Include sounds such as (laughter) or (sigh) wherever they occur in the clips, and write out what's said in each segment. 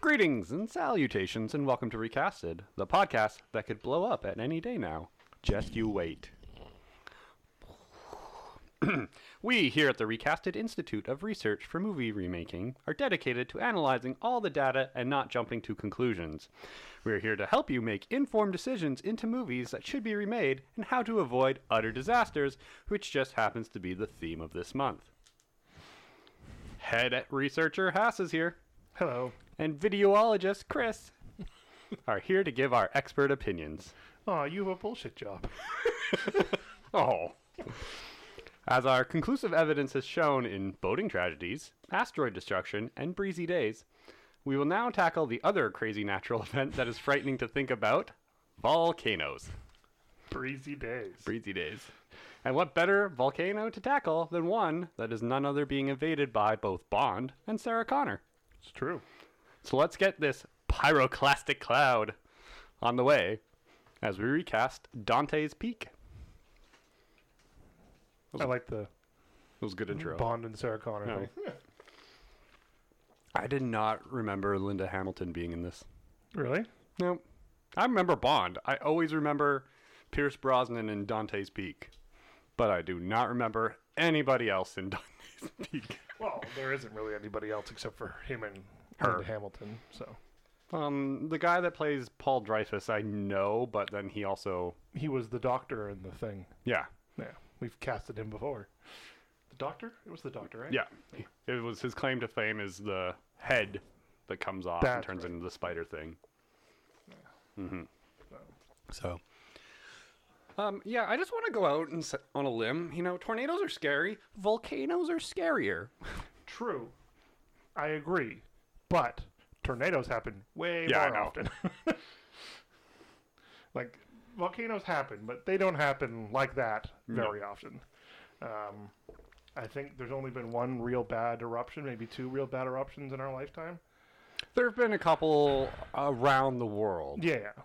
Greetings and salutations, and welcome to Recasted, the podcast that could blow up at any day now. Just you wait. (clears throat) we here at the Recasted Institute of Research for Movie Remaking are dedicated to analyzing all the data and not jumping to conclusions. We are here to help you make informed decisions into movies that should be remade and how to avoid utter disasters, which just happens to be the theme of this month. Head researcher Hass is here Hello. and videologist Chris (laughs) are here to give our expert opinions. Oh, you have a bullshit job. (laughs) Oh. As our conclusive evidence has shown in boating tragedies, asteroid destruction, and breezy days, we will now tackle the other crazy natural (laughs) event that is frightening to think about volcanoes. Breezy days. Breezy days. And what better volcano to tackle than one that is none other being invaded by both Bond and Sarah Connor? It's true. So let's get this pyroclastic cloud on the way as we recast Dante's Peak. I like the It was a good intro. Bond and Sarah Connor No. thing. (laughs) I did not remember Linda Hamilton being in this. Really? No. I remember Bond. I always remember Pierce Brosnan in Dante's Peak. But I do not remember anybody else in (laughs) Dante's Peak. Well, there isn't really anybody else except for him and Her. Linda Hamilton. So Um, the guy that plays Paul Dreyfus, I know, but then he also. he was the doctor in the thing. Yeah. Yeah, we've casted him before. The doctor? It was the doctor, right? Yeah. It was his claim to fame is the head that comes off and That's turns right. into the spider thing. Mm-hmm. So, So. Um, yeah, I just want to go out and s on a limb. You know, tornadoes are scary. Volcanoes are scarier. (laughs) True. I agree, but tornadoes happen way Yeah, I more know. often. (laughs) like volcanoes happen, but they don't happen like that very often. Um, I think there's only been one real bad eruption, maybe two real bad eruptions in our lifetime. There have been a couple around the world. Yeah, yeah.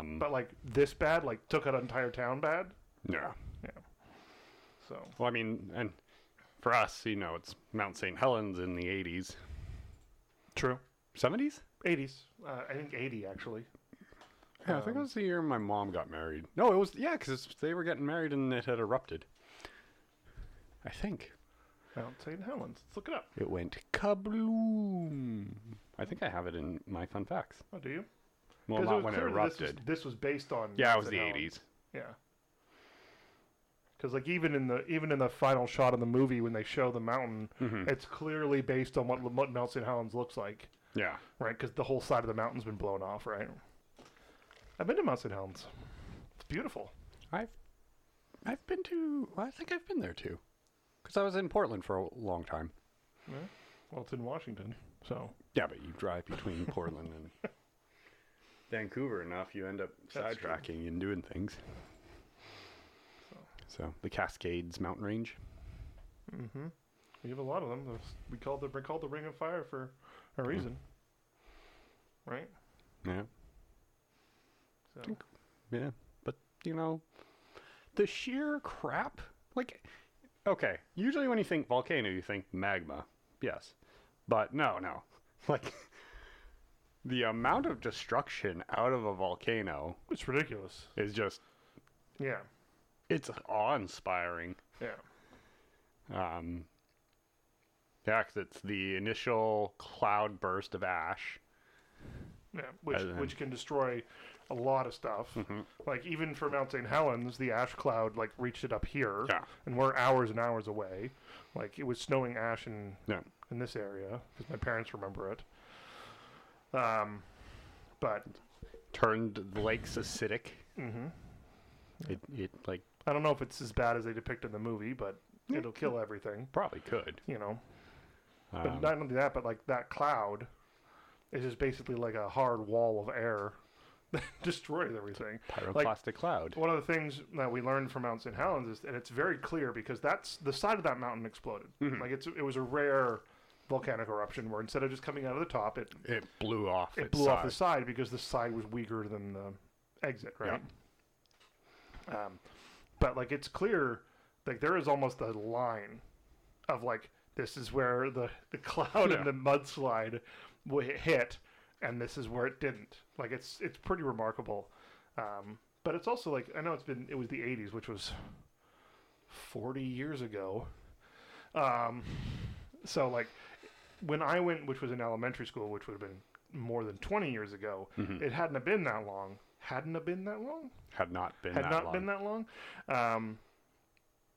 Um, but like this bad, like took out an entire town bad. yeah. Yeah. So Well, I mean, and for us, you know, it's Mount St. Helens in the 80s. true. 70s? 80s, uh, I think 80 actually. Yeah, I think it Um, was the year my mom got married. No, it was, yeah, because they were getting married and it had erupted. I think. Mount St. Helens. Let's look it up. It went kabloom. I think I have it in my fun facts. Oh, do you? Well, 'Cause not when it clear that this was- erupted. This was, based on. Yeah, it was the St. Helens. 80s. Yeah. Because like even in the even in the final shot of the movie when they show the mountain, it's clearly based on what, L- what Mount St. Helens looks like, Yeah. right? Because the whole side of the mountain's been blown off, right? I've been to Mount St. Helens. It's beautiful. I've I've been to well, I think I've been there too. Cuz I was in Portland for a long time. Well, it's in Washington, so Yeah, but you drive (laughs) between Portland and Vancouver enough, you end up That's true. sidetracking and doing things. So, the Cascades mountain range. we have a lot of them. There's- We call the we call the Ring of Fire for a reason, right? Yeah. So Yeah. But, you know, the sheer crap. Like, okay. Usually when you think volcano, you think magma. Yes. But no, no. (laughs) Like, the amount of destruction out of a volcano it's ridiculous. is just, Yeah, it's awe inspiring. yeah. Um, yeah, 'cause it's the initial cloud burst of ash. Yeah, which Other than- which can destroy a lot of stuff. Mm-hmm. Like even for Mount St. Helens, the ash cloud like reached it up here, Yeah. and we're hours and hours away. Like it was snowing ash in Yeah. in this area because my parents remember it. Um, but Turned the lakes acidic. Mm-hmm. It, it, like, I don't know if it's as bad as they depict in the movie, but it'll kill everything. probably could. You know, but Um, not only that, but like that cloud is just basically like a hard wall of air (laughs) that destroys everything. Like, pyroclastic cloud. One of the things that we learned from Mount St. Helens is, and it's very clear because that's the side of that mountain exploded. Like it's it was a rare volcanic eruption where instead of just coming out of the top, it It blew off. it its blew off the side. side because the side was weaker than the exit, right? Um, but like it's clear, like there is almost a line of like this is where the the cloud Yeah. and the mudslide w- it hit, and this is where it didn't. Like it's it's pretty remarkable. Um, but it's also like I know it's been it was the '80s, which was 40 years ago. Um, so like when I went, which was in elementary school, which would have been more than 20 years ago, it hadn't have been that long. Hadn't have been that long Had not been had that not long. been that long. Um,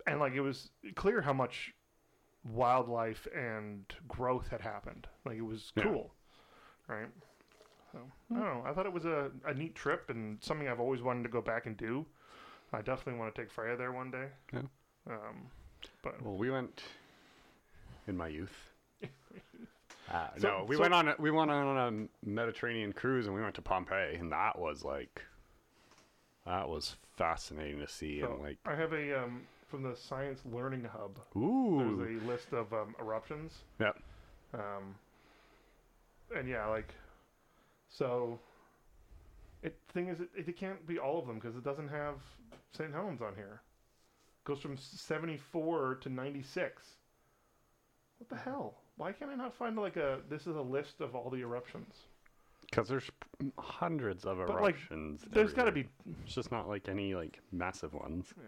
and like it was clear how much wildlife and growth had happened. Like it was Yeah. cool, right? So I don't know. I thought it was a, a neat trip and something I've always wanted to go back and do. I definitely want to take Freya there one day. Yeah. Um, but Well, we went in my (laughs) youth. Uh, So- no, we so- went on a, we went on a Mediterranean cruise and we went to Pompeii and that was like that was fascinating to see so and like I have a um, from the Science Learning Hub. There's ooh a list of um, eruptions. yeah Um, and yeah, like, so. It thing is, it, it can't be all of them because it doesn't have St. Helens on here. Goes from seventy four to ninety six. What the hell? Why can I not find like a? This is a list of all the eruptions. because there's hundreds of But, like, eruptions. There's got to every be. year. It's just not like any like massive ones. Yeah.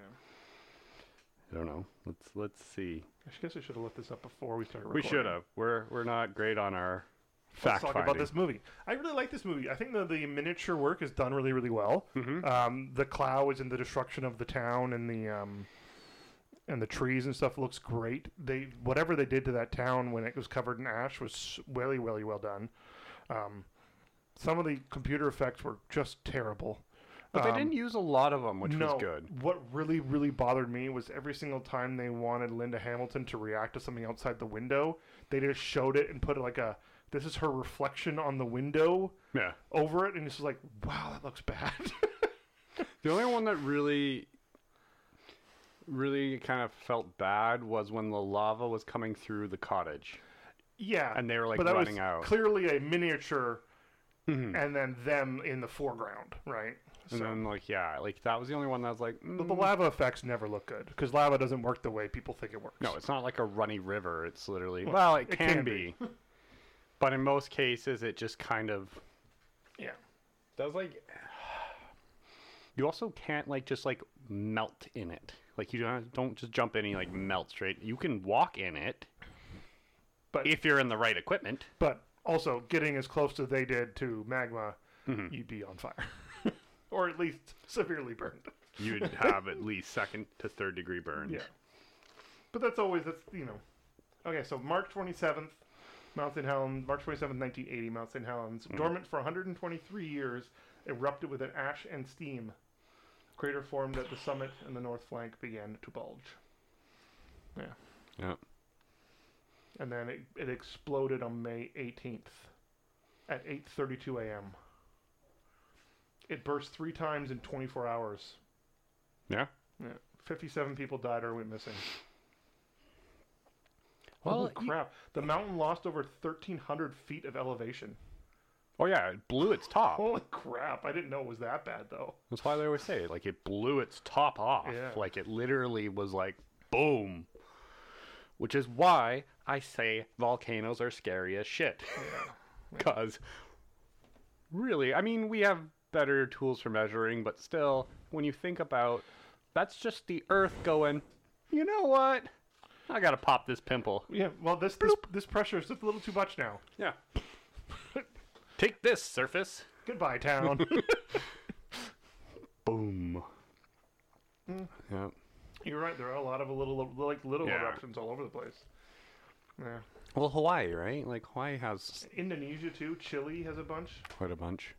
I don't know. Let's let's see. I guess I should have looked this up before we started. We Recording. should have. We're we're not great on our Let's fact talk finding. about this movie. I really like this movie. I think the, the miniature work is done really, really well. Mhm. Um, the clouds and the destruction of the town and the um, and the trees and stuff looks great. They whatever they did to that town when it was covered in ash was really, really well done. Um, some of the computer effects were just terrible. But they Um, didn't use a lot of them, which no, was good. What really, really bothered me was every single time they wanted Linda Hamilton to react to something outside the window, they just showed it and put like a this is her reflection on the window Yeah. over it, and it's just like, wow, that looks bad. (laughs) The only one that really, really kind of felt bad was when the lava was coming through the cottage, yeah, and they were like but that running was out. clearly a miniature, Mhm. and then them in the foreground, right? and then like yeah, like that was the only one that was like, but the "Mm, lava effects never look good because lava doesn't work the way people think it works. no, it's not like a runny river. It's literally well, it, it can, can be, but in most cases, it just kind of yeah. that was like. You also can't like just like melt in it. Like you don't don't just jump in and like melt straight. You can walk in it, But- if you're in the right equipment. but also getting as close to they did to magma, you'd be on fire, (laughs) or at least severely burned. you'd have at least second to third degree burns. Yeah, but that's always that's you know. Okay, so March twenty seventh, Mount St. Helens, March twenty seventh, nineteen eighty, Mount St. Helens, dormant for one hundred and twenty three years, erupted with an ash and steam. Crater formed at the summit, and the north flank began to bulge. Yeah, Yeah. and then it, it exploded on May 18th at 8:32 a.m. It burst three times in 24 hours. Yeah. Yeah. 57 people died or went missing. Well, Holy crap! The mountain lost over 1,300 feet of elevation. oh yeah, it blew its top. Holy crap! I didn't know it was that bad though. That's why they always say like it blew its top off. Yeah. Like it literally was like boom. Which is why I say volcanoes are scary as shit. (laughs) Cuz really, I mean, we have better tools for measuring, but still when you think about that's just the earth going, you know what? I got to pop this pimple. Yeah. Well, this this, this pressure is just a little too much now. Yeah. (laughs) Take this surface. Goodbye, town. (laughs) Boom. Yeah. You're right. There are a lot of little like little Yeah. eruptions all over the place. Yeah. Well, Hawaii, right? Like Hawaii has Indonesia too. Chile has a bunch. quite a bunch.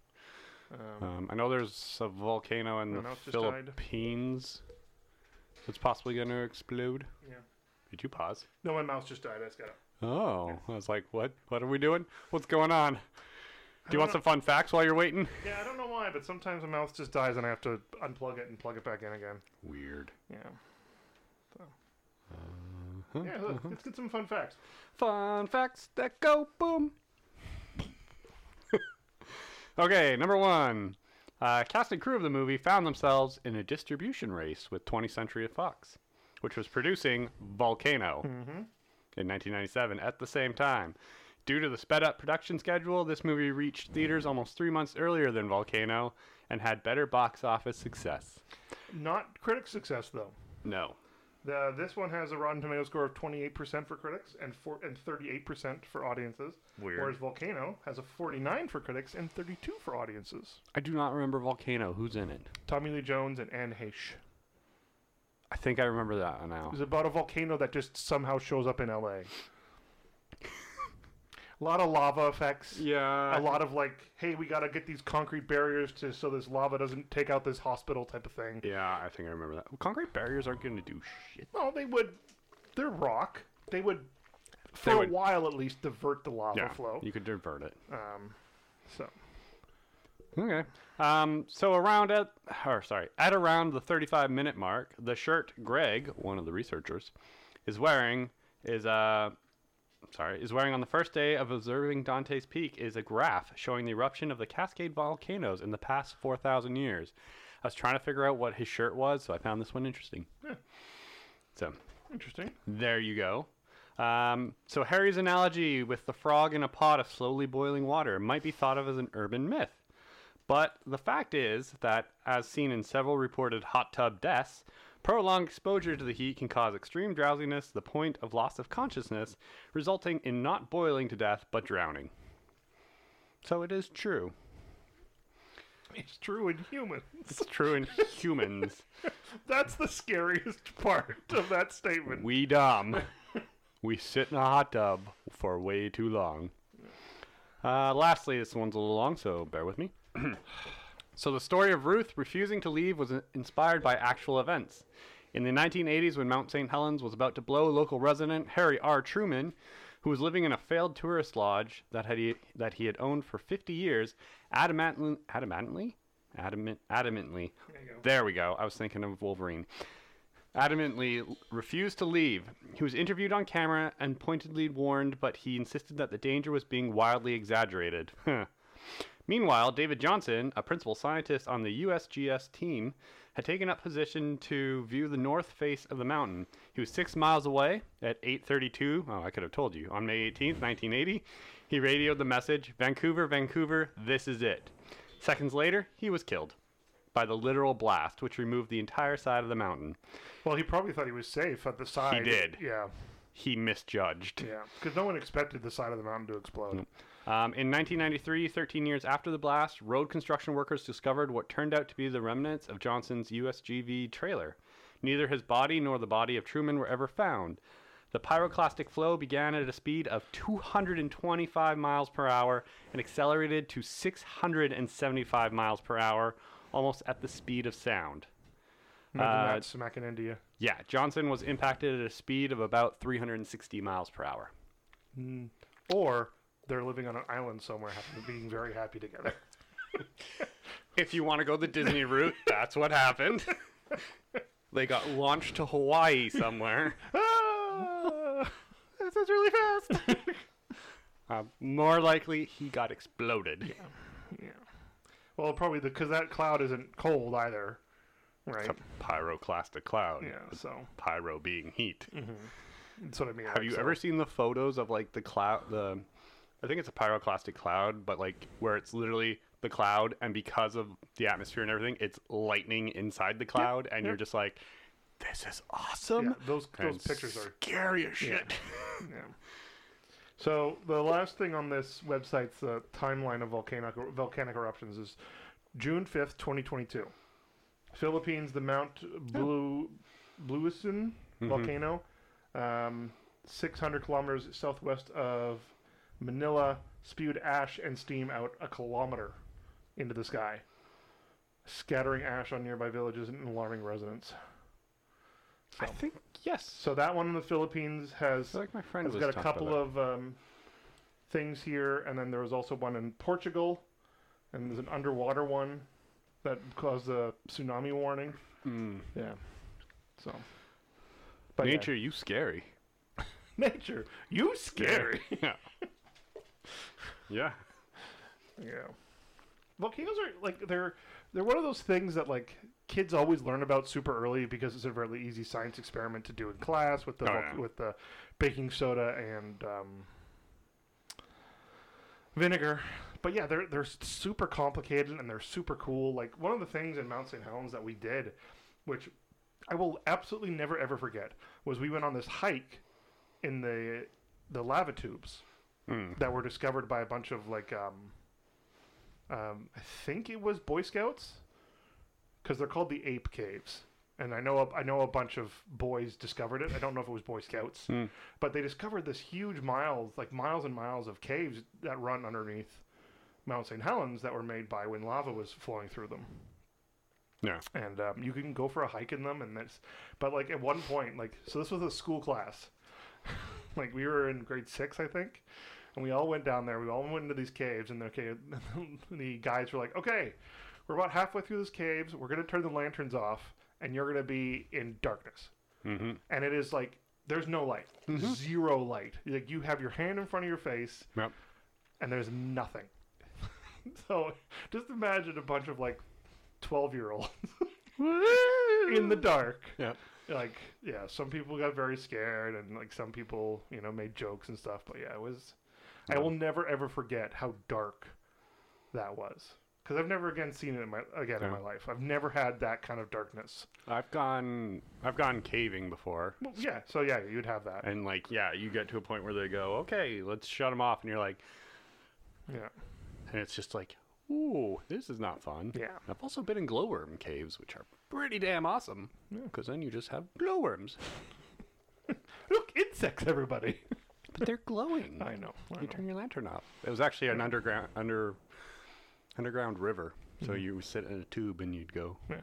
Um, Um, I know there's a volcano in My the mouse just died. Philippines that's possibly going to explode. yeah. Did you pause? No, my mouse just died. I just got up. Oh, I was like, what? What are we doing? What's going on? Do you want don't some fun facts while you're waiting? Yeah, I don't know why, but sometimes my mouse just dies and I have to unplug it and plug it back in again. Weird. Yeah. So. Yeah, look, let's get some fun facts. Fun facts that go boom. (laughs) okay, number one. Uh, cast and crew of the movie found themselves in a distribution race with 20th Century Fox, Mm-hmm. which was producing Volcano in 1997 at the same time. Due to the sped up production schedule, this movie reached theaters almost three months earlier than Volcano and had better box office success. Not critic success though. No. The, this one has a Rotten Tomato score of 28% for critics and four, and 38% for audiences. Weird. Whereas Volcano has a 49 for critics and 32 for audiences. I do not remember Volcano. Who's in it? Tommy Lee Jones and Anne Heche. I think I remember that now. It's about a volcano that just somehow shows up in LA. a (laughs) lot of lava effects. Yeah. A lot of like, hey, we gotta get these concrete barriers to so this lava doesn't take out this hospital type of thing. Yeah, I think I remember that. Concrete barriers aren't going to do shit. Well, they would. They're rock. They would, for a would- while at least, divert the lava flow. You could divert it. Um, so Okay. Um, so around at, or sorry, at around the 35 minute mark, the shirt Greg, one of the researchers, is wearing is uh, sorry, is wearing on the first day of observing Dante's Peak is a graph showing the eruption of the Cascade volcanoes in the past 4,000 years. I was trying to figure out what his shirt was, so I found this one interesting. Yeah. So (laughs) interesting. there you go. Um, so Harry's analogy with the frog in a pot of slowly boiling water might be thought of as an urban myth. But the fact is that, as seen in several reported hot tub deaths, prolonged exposure to the heat can cause extreme drowsiness, to the point of loss of consciousness, resulting in not boiling to death but drowning. So it is true. It's true in humans. (laughs) It's true in (laughs) humans. That's the scariest part of that statement. We (laughs) dumb. we sit in a hot tub for way too long. Uh, lastly, this one's a little long, so bear with me. (clears throat) so, the story of Ruth refusing to leave was inspired by actual events. In the 1980s, when Mount St. Helens was about to blow, local resident Harry R. Truman, who was living in a failed tourist lodge that, had he, that he had owned for 50 years, adamantly, adamantly, adamant, adamantly There you go. there we go. I was thinking of Wolverine. Adamantly refused to leave. He was interviewed on camera and pointedly warned, but he insisted that the danger was being wildly exaggerated. (laughs) Huh. Meanwhile, David Johnson, a principal scientist on the USGS team, had taken up position to view the north face of the mountain. He was six miles away at 8:32. Oh, I could have told you. On May 18th, 1980, he radioed the message, "Vancouver, Vancouver, this is it." Seconds later, he was killed by the literal blast, which removed the entire side of the mountain. Well, he probably thought he was safe at the side. did. Yeah, He misjudged. yeah. Because no one expected the side of the mountain to explode. Um, in 1993, 13 years after the blast, road construction workers discovered what turned out to be the remnants of Johnson's USGV trailer. Neither his body nor the body of Truman were ever found. The pyroclastic flow began at a speed of 225 miles per hour and accelerated to 675 miles per hour, almost at the speed of sound. Imagine Uh, that smack in India. Yeah, Johnson was impacted at a speed of about 360 miles per hour. Or they're living on an island somewhere, happen to being very happy together. If you want to go the Disney route, that's what (laughs) happened. they got launched to Hawaii somewhere. Ah, (laughs) this is really fast. (laughs) Uh, more likely, he got exploded. yeah. Well, probably because that cloud isn't cold either, right? It's a pyroclastic cloud. Yeah. Mm-hmm. So Pyro being heat. that's what I mean. Have you ever seen the photos of like the cloud? The I think it's a pyroclastic cloud, but like where it's literally the cloud, and because of the atmosphere and everything, it's lightning inside the cloud, and you're just like, "This is awesome." Yeah, those those and pictures are scary as shit. Yeah. So the last thing on this website's uh, timeline of volcanic volcanic eruptions is June fifth, twenty twenty two. Philippines, the Mount Blue Bluison volcano, um, six hundred kilometers southwest of Manila, spewed ash and steam out a kilometer into the sky, scattering ash on nearby villages and alarming residents. I think yes. So that one in the Philippines has like my friend I've got a couple of um, things here, and then there was also one in Portugal, and there's an underwater one that caused a tsunami warning. Yeah. So. But uh, yeah. Mm. nature. You scary. (laughs) nature, you scary. (laughs) yeah. yeah. Yeah. Volcanoes are like they're they're one of those things that like kids always learn about super early because it's a really easy science experiment to do in class with the Oh, vol- yeah. with the baking soda and um, vinegar. But yeah, they're they're super complicated and they're super cool. Like one of the things in Mount St. Helens that we did, which I will absolutely never ever forget, was we went on this hike in the the lava tubes Hmm. that were discovered by a bunch of like um, um I think it was Boy Scouts because they're called the Ape Caves. And I know a, I know a bunch of boys discovered it. I don't know if it was Boy Scouts, Hmm. but they discovered this huge miles, like miles and miles of caves that run underneath Mount St. Helens that were made by when lava was flowing through them. Yeah. And um, you can go for a hike in them, and that's. But like at one point, like so, this was a school class. (laughs) like we were in grade six, I think, and we all went down there. We all went into these caves, and okay, (laughs) the guys were like, "Okay, we're about halfway through these caves. We're gonna turn the lanterns off, and you're gonna be in darkness." Mm-hmm. and it is like there's no light, zero light. Like you have your hand in front of your face, Yep. and there's nothing. (laughs) so just imagine a bunch of like twelve year olds (laughs) in the dark. Yep. Like yeah, some people got very scared, and like some people you know made jokes and stuff. But yeah, it was. I will never ever forget how dark that was. Because I've never again seen it in my again in Yeah. my life. I've never had that kind of darkness. I've gone I've gone caving before. Well, yeah. So yeah, you'd have that. And like, yeah, you get to a point where they go, "Okay, let's shut them off." And you're like, Yeah. and it's just like, "Ooh, this is not fun." Yeah. I've also been in glowworm caves, which are pretty damn awesome. Because then you just have glowworms, Look, insects, everybody. but they're glowing. (laughs) I know. I You know. turn your lantern off. It was actually an underground under underground river. So Mm-hmm. you would sit in a tube and you'd go. Yeah.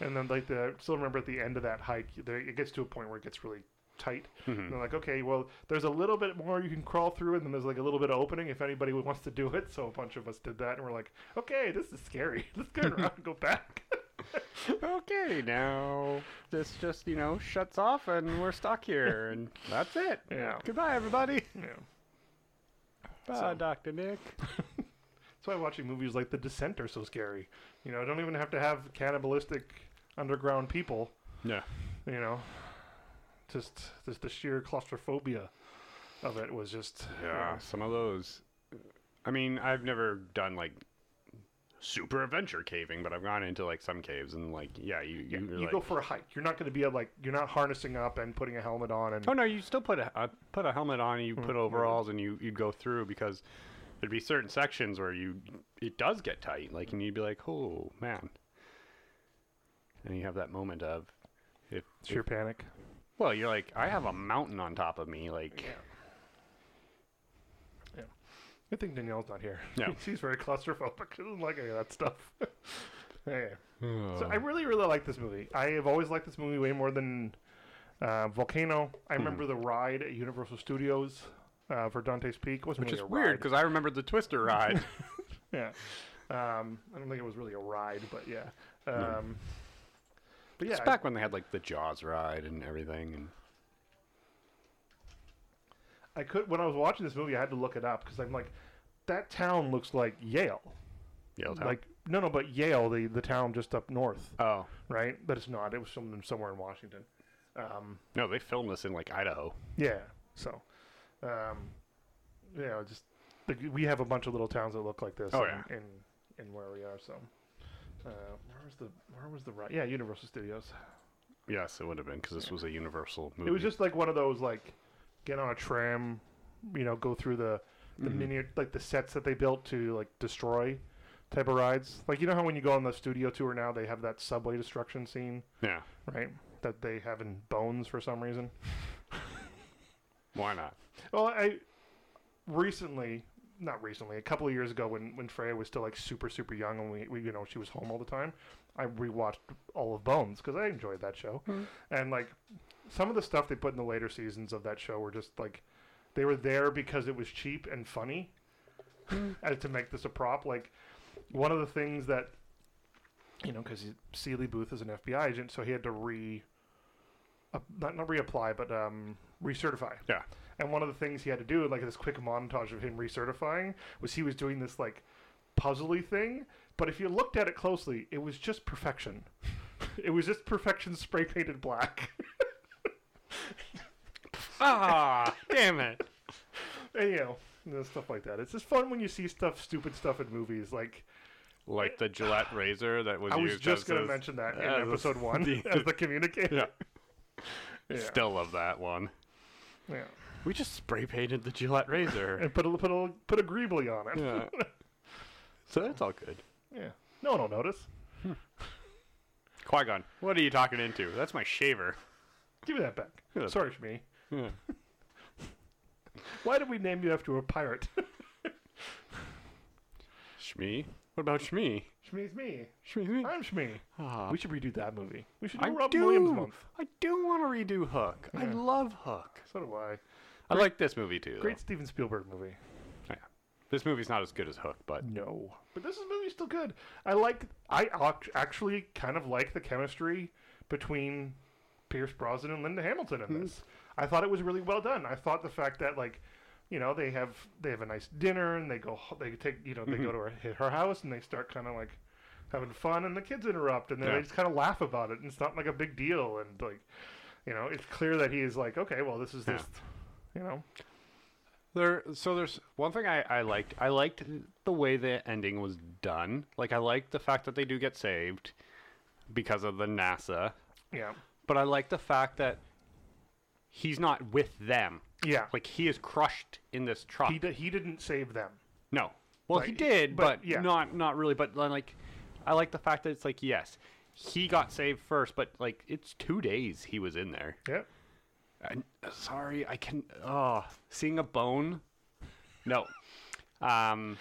And then, like, the still remember at the end of that hike, there, it gets to a point where it gets really tight. And they're like, okay, well, there's a little bit more you can crawl through, and then there's like a little bit of opening if anybody (laughs) wants to do it. So a bunch of us did that, and we're like, okay, this is scary. (laughs) Let's turn around and go back. (laughs) Okay, now this just you know shuts off and we're stuck (laughs) here and that's it. Yeah. Goodbye, everybody. yeah. Bye, Doctor Nick. That's why watching movies like The Descent are so scary. You know, I don't even have to have cannibalistic underground people. Yeah. You know, just just the sheer claustrophobia of it was just Yeah, some of those. I mean, I've never done like super adventure caving, but I've gone into like some caves and like, yeah, you you, Yeah, you're you like, go for a hike. You're not going to be at, like you're not harnessing up and putting a helmet on and oh no, you still put a uh, put a helmet on, and you put overalls, and you you'd go through because there'd be certain sections where you it does get tight, like, and you'd be like, oh man, and you have that moment of if, if- sheer panic. well, you're like, I have a mountain on top of me, like, Yeah. Good thing Danielle's not here. No. (laughs) she's very claustrophobic. She doesn't like any of that stuff. (laughs) yeah. Hmm. So I really, really like this movie. I have always liked this movie way more than uh, Volcano. I remember the ride at Universal Studios uh, for Dante's Peak. It wasn't which is really a weird ride. because I remembered the (laughs) Twister ride. Yeah. Um, I don't think it was really a ride, but yeah. Um, But yeah, it's I- back when they had like the Jaws ride and everything, and. I could when I was watching this movie, I had to look it up because I'm like, that town looks like Yale. Yelled out. Like no, no, but Yale, the the town just up north, oh right? But it's not. It was some, somewhere in Washington. Um, no, they filmed this in like Idaho. yeah. So, um, you know, just like, we have a bunch of little towns that look like this. Oh, in, in in where we are. So, uh, where was the where was the right? Yeah, Universal Studios. Yes, it would have been because this was a Universal movie. It was just like one of those like get on a tram, you know, go through the the Mm-hmm. mini like the sets that they built to like destroy type of rides. Like you know how when you go on the studio tour now they have that subway destruction scene, yeah. right? That they have in Bones for some reason. Why not? Well, I recently, not recently, a couple of years ago when when Freya was still like super super young and we, we you know she was home all the time, I rewatched all of Bones because I enjoyed that show, and like some of the stuff they put in the later seasons of that show were just like they were there because it was cheap and funny, (laughs) as to make this a prop. Like one of the things that you know because Seeley Booth is an FBI agent, so he had to re. Uh, not not reapply, but um, recertify. Yeah. And one of the things he had to do, like this quick montage of him recertifying, was he was doing this like puzzly thing. But if you looked at it closely, it was just perfection. (laughs) it was just perfection spray painted black. (laughs) Ah, damn it! (laughs) and, you know, you know, stuff like that. It's just fun when you see stuff, stupid stuff in movies. Like Like the Gillette razor that was I was used just as going to his- mention that in as his- (laughs) episode one (laughs) as the communicator. yeah. (laughs) Yeah. Still love that one. Yeah. We just spray painted the Gillette razor. and put a put a put a greebly on it. (laughs) yeah. (laughs) So it's all good. (laughs) Yeah. No one will notice. Qui Gon, what are you talking into? That's my shaver. Give me that back. Yeah. Sorry, Shmi. Yeah. Why did we name you after a pirate? (laughs) Shmi? What about Shmi? Shmi's me. Shmi, Shmi? I'm Shmi. Ah, We should redo that movie. We should do I Rob do. Williams month. I do want to redo Hook. I Yeah. love Hook. So do I. I like this movie too. though. Great Steven Spielberg movie. Yeah. This movie's not as good as Hook, but No, but this is- movie's still good. I like. I ac- actually kind of like the chemistry between Pierce Brosnan and Linda Hamilton Hmm. in this. I thought it was really well done. I thought the fact that like, you know, they have they have a nice dinner and they go ho- they take you know they Mm-hmm. go to her, hit her house and they start kind of like having fun and the kids interrupt and then Yeah. they just kind of laugh about it and it's not like a big deal and like, you know, it's clear that he is like okay, well this is Yeah. just, you know, there. So there's one thing I, I liked. I liked the way the ending was done. Like I liked the fact that they do get saved because of the NASA, yeah, but I like the fact that he's not with them. yeah. Like he is crushed in this truck. He d- he didn't save them. No. Well, he Like, did, but, but, yeah. not not really. But li- like, I like the fact that it's like yes, he got saved first, but like it's two days he was in there. Yeah. And, uh, sorry, I can. Oh, seeing a bone. No. Um.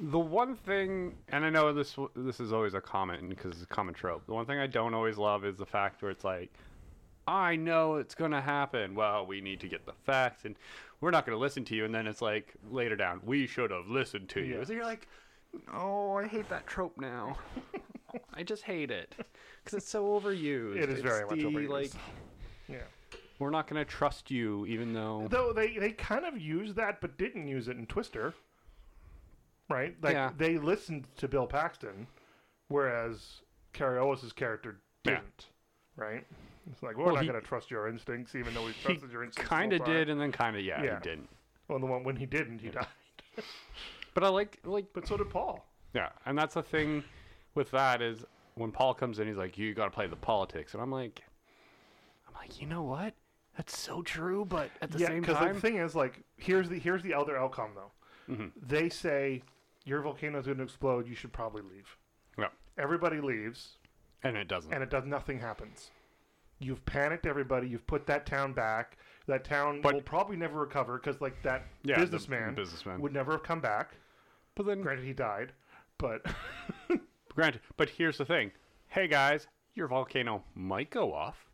The one thing, and I know this w- this is always a comment because it's a common trope. The one thing I don't always love is the fact where it's like, I know it's gonna happen. Well, we need to get the facts, and we're not gonna listen to you. And then it's like later down, we should have listened to you. Yeah. So you're like, oh, I hate that trope (laughs) now. I just hate it because it's so overused. It is It's very much the, overused. Like, Yeah. we're not going to trust you, even though. Though they they kind of used that, but didn't use it in Twister. Right? Like Yeah. they listened to Bill Paxton, whereas Cariolis's character Yeah. didn't. Right? It's like we're Well, not he- going to trust your instincts, even though we he trusted your instincts. the whole kind of time. did, and then kind of yeah, Yeah. he didn't. Well, the one when he didn't, he died. But I like like But so did Paul. yeah, and that's the thing with that is when Paul comes in, he's like, "You got to play the politics," and I'm like, I'm like, you know what? That's so true, but at the yeah, same because time, the thing is, like, here's the here's the other outcome though. Mhm. They say your volcano's going to explode. You should probably leave. Yeah. Everybody leaves. and it doesn't. and it does nothing happens. You've panicked everybody. You've put that town back. That town But- will probably never recover because like that yeah, the- businessman the businessman. would never have come back. but then, Granted, he died, but (laughs) granted, but here's the thing: hey guys, your volcano might go off,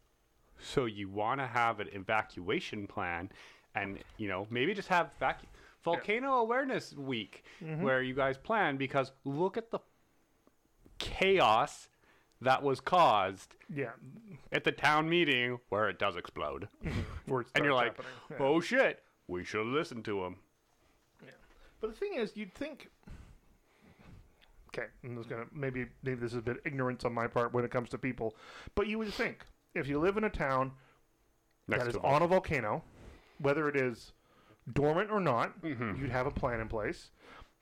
so you want to have an evacuation plan, and you know maybe just have vac- volcano awareness week Mm-hmm. where you guys plan because look at the chaos that was caused yeah, at the town meeting where it does explode, where it and you're like, starts happening. (laughs) Yeah. oh shit, we should listen to him. But the thing is, you'd think. Okay, I'm just gonna maybe maybe this is a bit ignorance on my part when it comes to people, but you would think if you live in a town Next that is to him. on a volcano, whether it is dormant or not, you'd have a plan in place.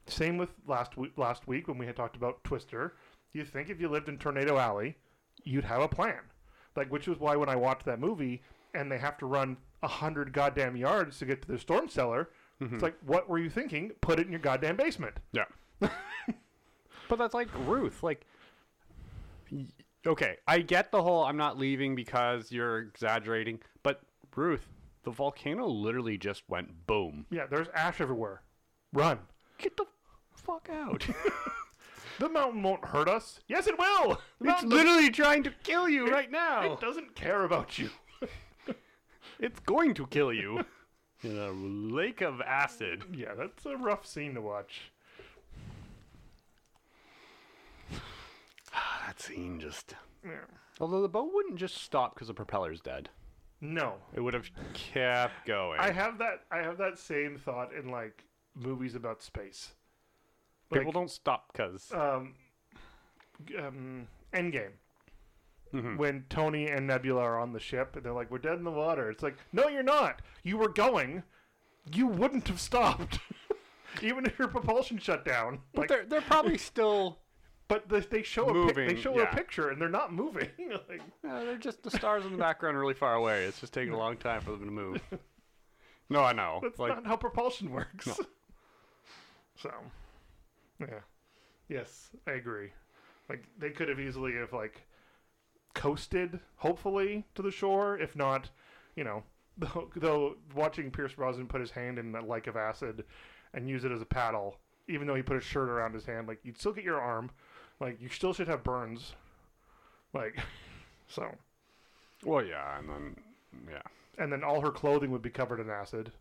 Same with last week. Last week when we had talked about Twister, you think if you lived in Tornado Alley, you'd have a plan. Like, which is why when I watched that movie and they have to run a hundred goddamn yards to get to their storm cellar, it's like, what were you thinking? Put it in your goddamn basement. Yeah. (laughs) but that's like Ruth. Like, y- okay, I get the whole I'm not leaving because you're exaggerating, but Ruth, the volcano literally just went boom. Yeah, there's ash everywhere. Run. Get the fuck (laughs) out. The mountain won't hurt us. Yes, it will. The it's mountain literally trying to kill you (laughs) right now. doesn't care about you. It's going to kill (laughs) you. In a lake of acid. Yeah, that's a rough scene to watch. that scene just. Yeah. Although the boat wouldn't just stop because the propeller's dead. No, It would have kept going. I have that. I have that same thought in like movies about space. People like- don't stop because. Um, g- um, Endgame. Mm-hmm. When Tony and Nebula are on the ship and they're like, "We're dead in the water." It's like, "No, you're not. You were going, you wouldn't have stopped, (laughs) even if your propulsion shut down. But Like, they're they're (laughs) probably still but they, they show a pic- Moving, they show yeah. a picture and they're not moving. (laughs) like, uh, they're just the stars in the background are really far away. It's just taking a long time for them to move. (laughs) No, I know. that's Like not how propulsion works. No. (laughs) so, yeah, yes, I agree. Like they could have easily have like coasted, hopefully, to the shore. If not, you know, (laughs) though, though watching Pierce Brosnan put his hand in that lake of acid and use it as a paddle, even though he put a shirt around his hand, like you'd still get your arm. Like you still should have burns. Like, (laughs) so. well, yeah, and then yeah. and then all her clothing would be covered in acid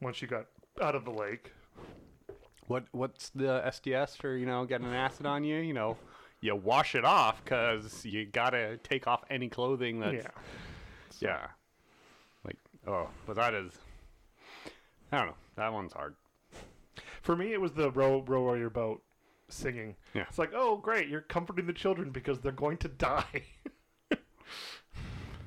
once she got out of the lake. What what's the SDS for? You know, getting an acid on you. You know, you wash it off because you gotta take off any clothing that's yeah, Yeah. Like, oh, but that is. I don't know. That one's hard. for me, it was the row row your boat singing. Yeah. it's like, oh great, you're comforting the children because they're going to die. (laughs)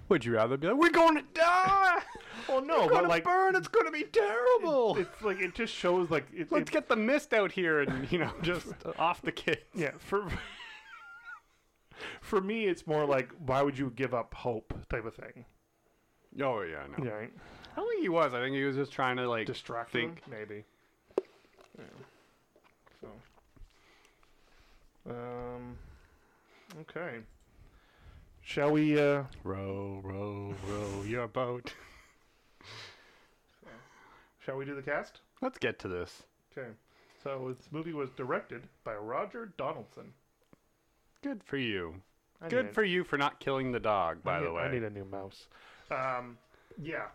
Would you rather be like, we're going to (laughs) die? well, Oh, no, but like, burn. It's going to be terrible. it's like it just shows like it, Let's it- get the mist out here and you know just (laughs) off the kids. yeah for. (laughs) For me, it's more like, why would you give up hope, type of thing. Oh yeah, no. Yeah, right? I don't think he was. I think he was just trying to like distract think. them, maybe. Yeah. So, um, okay. Shall we? Uh, Row, row, row your boat. shall we do the cast? (laughs) Let's get to this. Okay. So this movie was directed by Roger Donaldson. Good for you. I Good need a- for you for not killing the dog. By I the need- way, I need a new mouse. Um, yeah.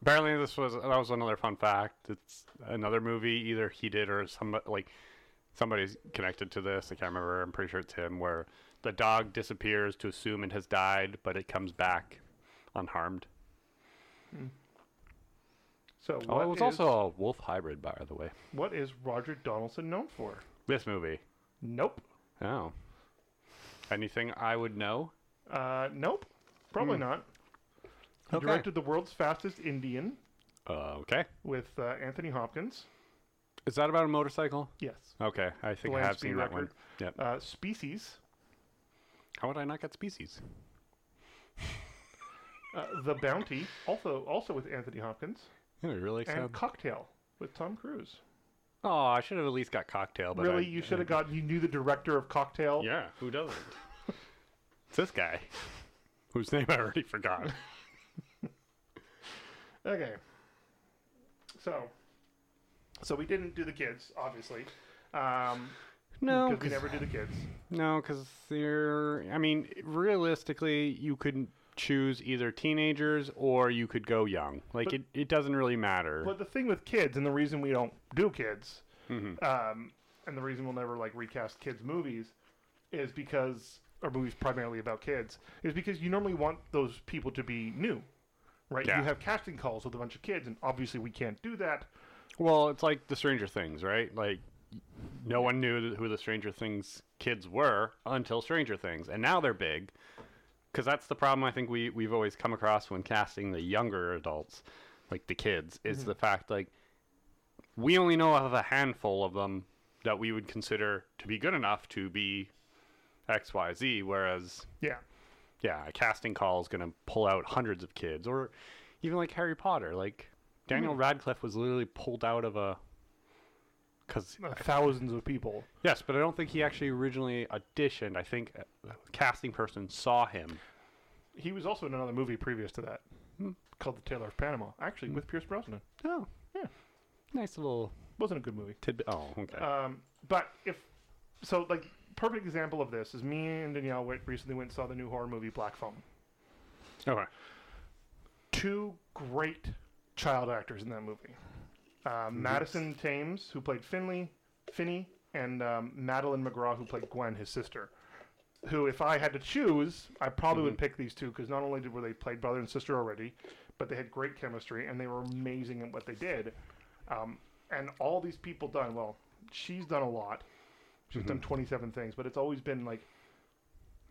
Apparently, this was that was another fun fact. It's another movie either he did or some like somebody's connected to this. I can't remember. I'm pretty sure it's him. Where the dog disappears to assume it has died, but it comes back unharmed. So Oh, what it was is- also a wolf hybrid, by the way. what is Roger Donaldson known for? This movie. Nope. Oh, anything I would know? Uh, nope. Probably Hmm. not. He Okay. directed the world's fastest Indian Uh, okay. with uh, Anthony Hopkins. Is that about a motorcycle? Yes. Okay, I think I Land have speed seen that one. record. Yep. Uh, species. How would I not get species? (laughs) Uh, the Bounty, also also with Anthony Hopkins, It really and sound. Cocktail with Tom Cruise. oh, I should have at least got cocktail. But really, I- you (laughs) I- should have gotten. You knew the director of Cocktail. Yeah, who doesn't? it's this guy, (laughs) whose name I already (laughs) forgot. Okay. So, so we didn't do the kids, obviously. Um, No, because we cause, never do the kids. no, because they're. I mean, realistically, you could choose either teenagers or you could go young. Like But- it, it doesn't really matter. But the thing with kids, and the reason we don't do kids, Mhm. um, and the reason we'll never like recast kids movies, is because or movies primarily about kids, is because you normally want those people to be new, right? Yeah. You have casting calls with a bunch of kids, and obviously we can't do that. Well, it's like the Stranger Things, right? Like no one knew who the Stranger Things kids were until Stranger Things, and now they're big. Because that's the problem I think we we've always come across when casting the younger adults, like the kids, is the fact like we only know of a handful of them that we would consider to be good enough to be X Y Z, whereas Yeah, yeah, a casting call is going to pull out hundreds of kids, or even like Harry Potter. Like Daniel Hmm. Radcliffe was literally pulled out of a because uh, thousands of people. yes, but I don't think he actually originally auditioned. I think uh, a casting person saw him. He was also in another movie previous to that, Hmm. called The Tailor of Panama, actually with Pierce Brosnan. Oh, Yeah. nice little Wasn't a good movie. tidbit. Oh, okay. Um, but if so, like perfect example of this is me and Danielle went, recently went and saw the new horror movie Black Phone. okay. Two great child actors in that movie, uh, Madison Thames who played Finley, Finney, and um, Madeline McGraw who played Gwen, his sister. Who, if I had to choose, I probably would pick these two because not only did were they played brother and sister already, but they had great chemistry and they were amazing at what they did. Um, and all these people done well. She's done a lot. She's done 27 things, but it's always been like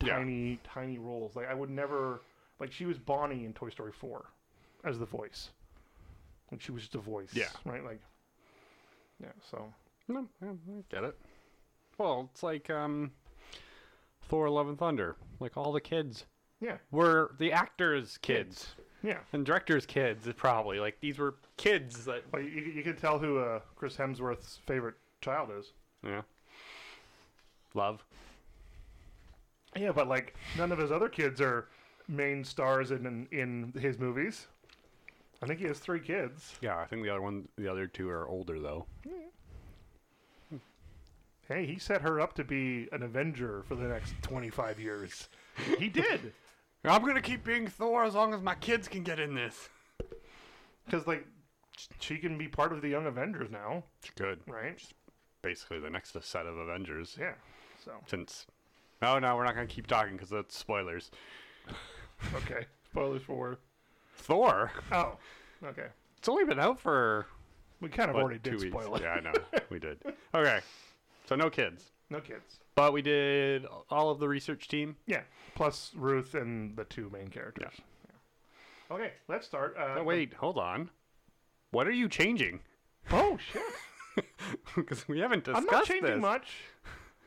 Yeah. tiny, tiny roles. Like I would never like she was Bonnie in Toy Story 4 as the voice. when she was just a voice. Yeah. Right. Like. Yeah. So. No, yeah, I get it. Well, it's like um, Thor: Love and Thunder. Like all the kids Yeah. were the actors' kids Yeah. and directors' kids, probably. Like these were kids that. Well, you, you can tell who uh, Chris Hemsworth's favorite child is. Yeah. Love. Yeah, but like none of his other kids are main stars in in, in his movies. I think he has three kids. Yeah, I think the other one, the other two are older though. Hey, he set her up to be an Avenger for the next 25 years. He (laughs) did. I'm gonna keep being Thor as long as my kids can get in this. Because, like, she can be part of the Young Avengers now, It's good. right? Basically, the next set of Avengers. Yeah. So, Since. Oh no, we're not gonna keep talking because that's spoilers. okay. Spoilers for. Thor. Oh, okay. It's only been out for We kind of what, already two did weeks. spoil it. Yeah, I know. we did. Okay. So no kids. No kids. But we did all of the research team. Yeah. Plus Ruth and the two main characters. Yeah. Okay, let's start. Uh, Oh, wait, hold on. What are you changing? (laughs) Oh, shit. Because we haven't discussed I'm not changing this. much.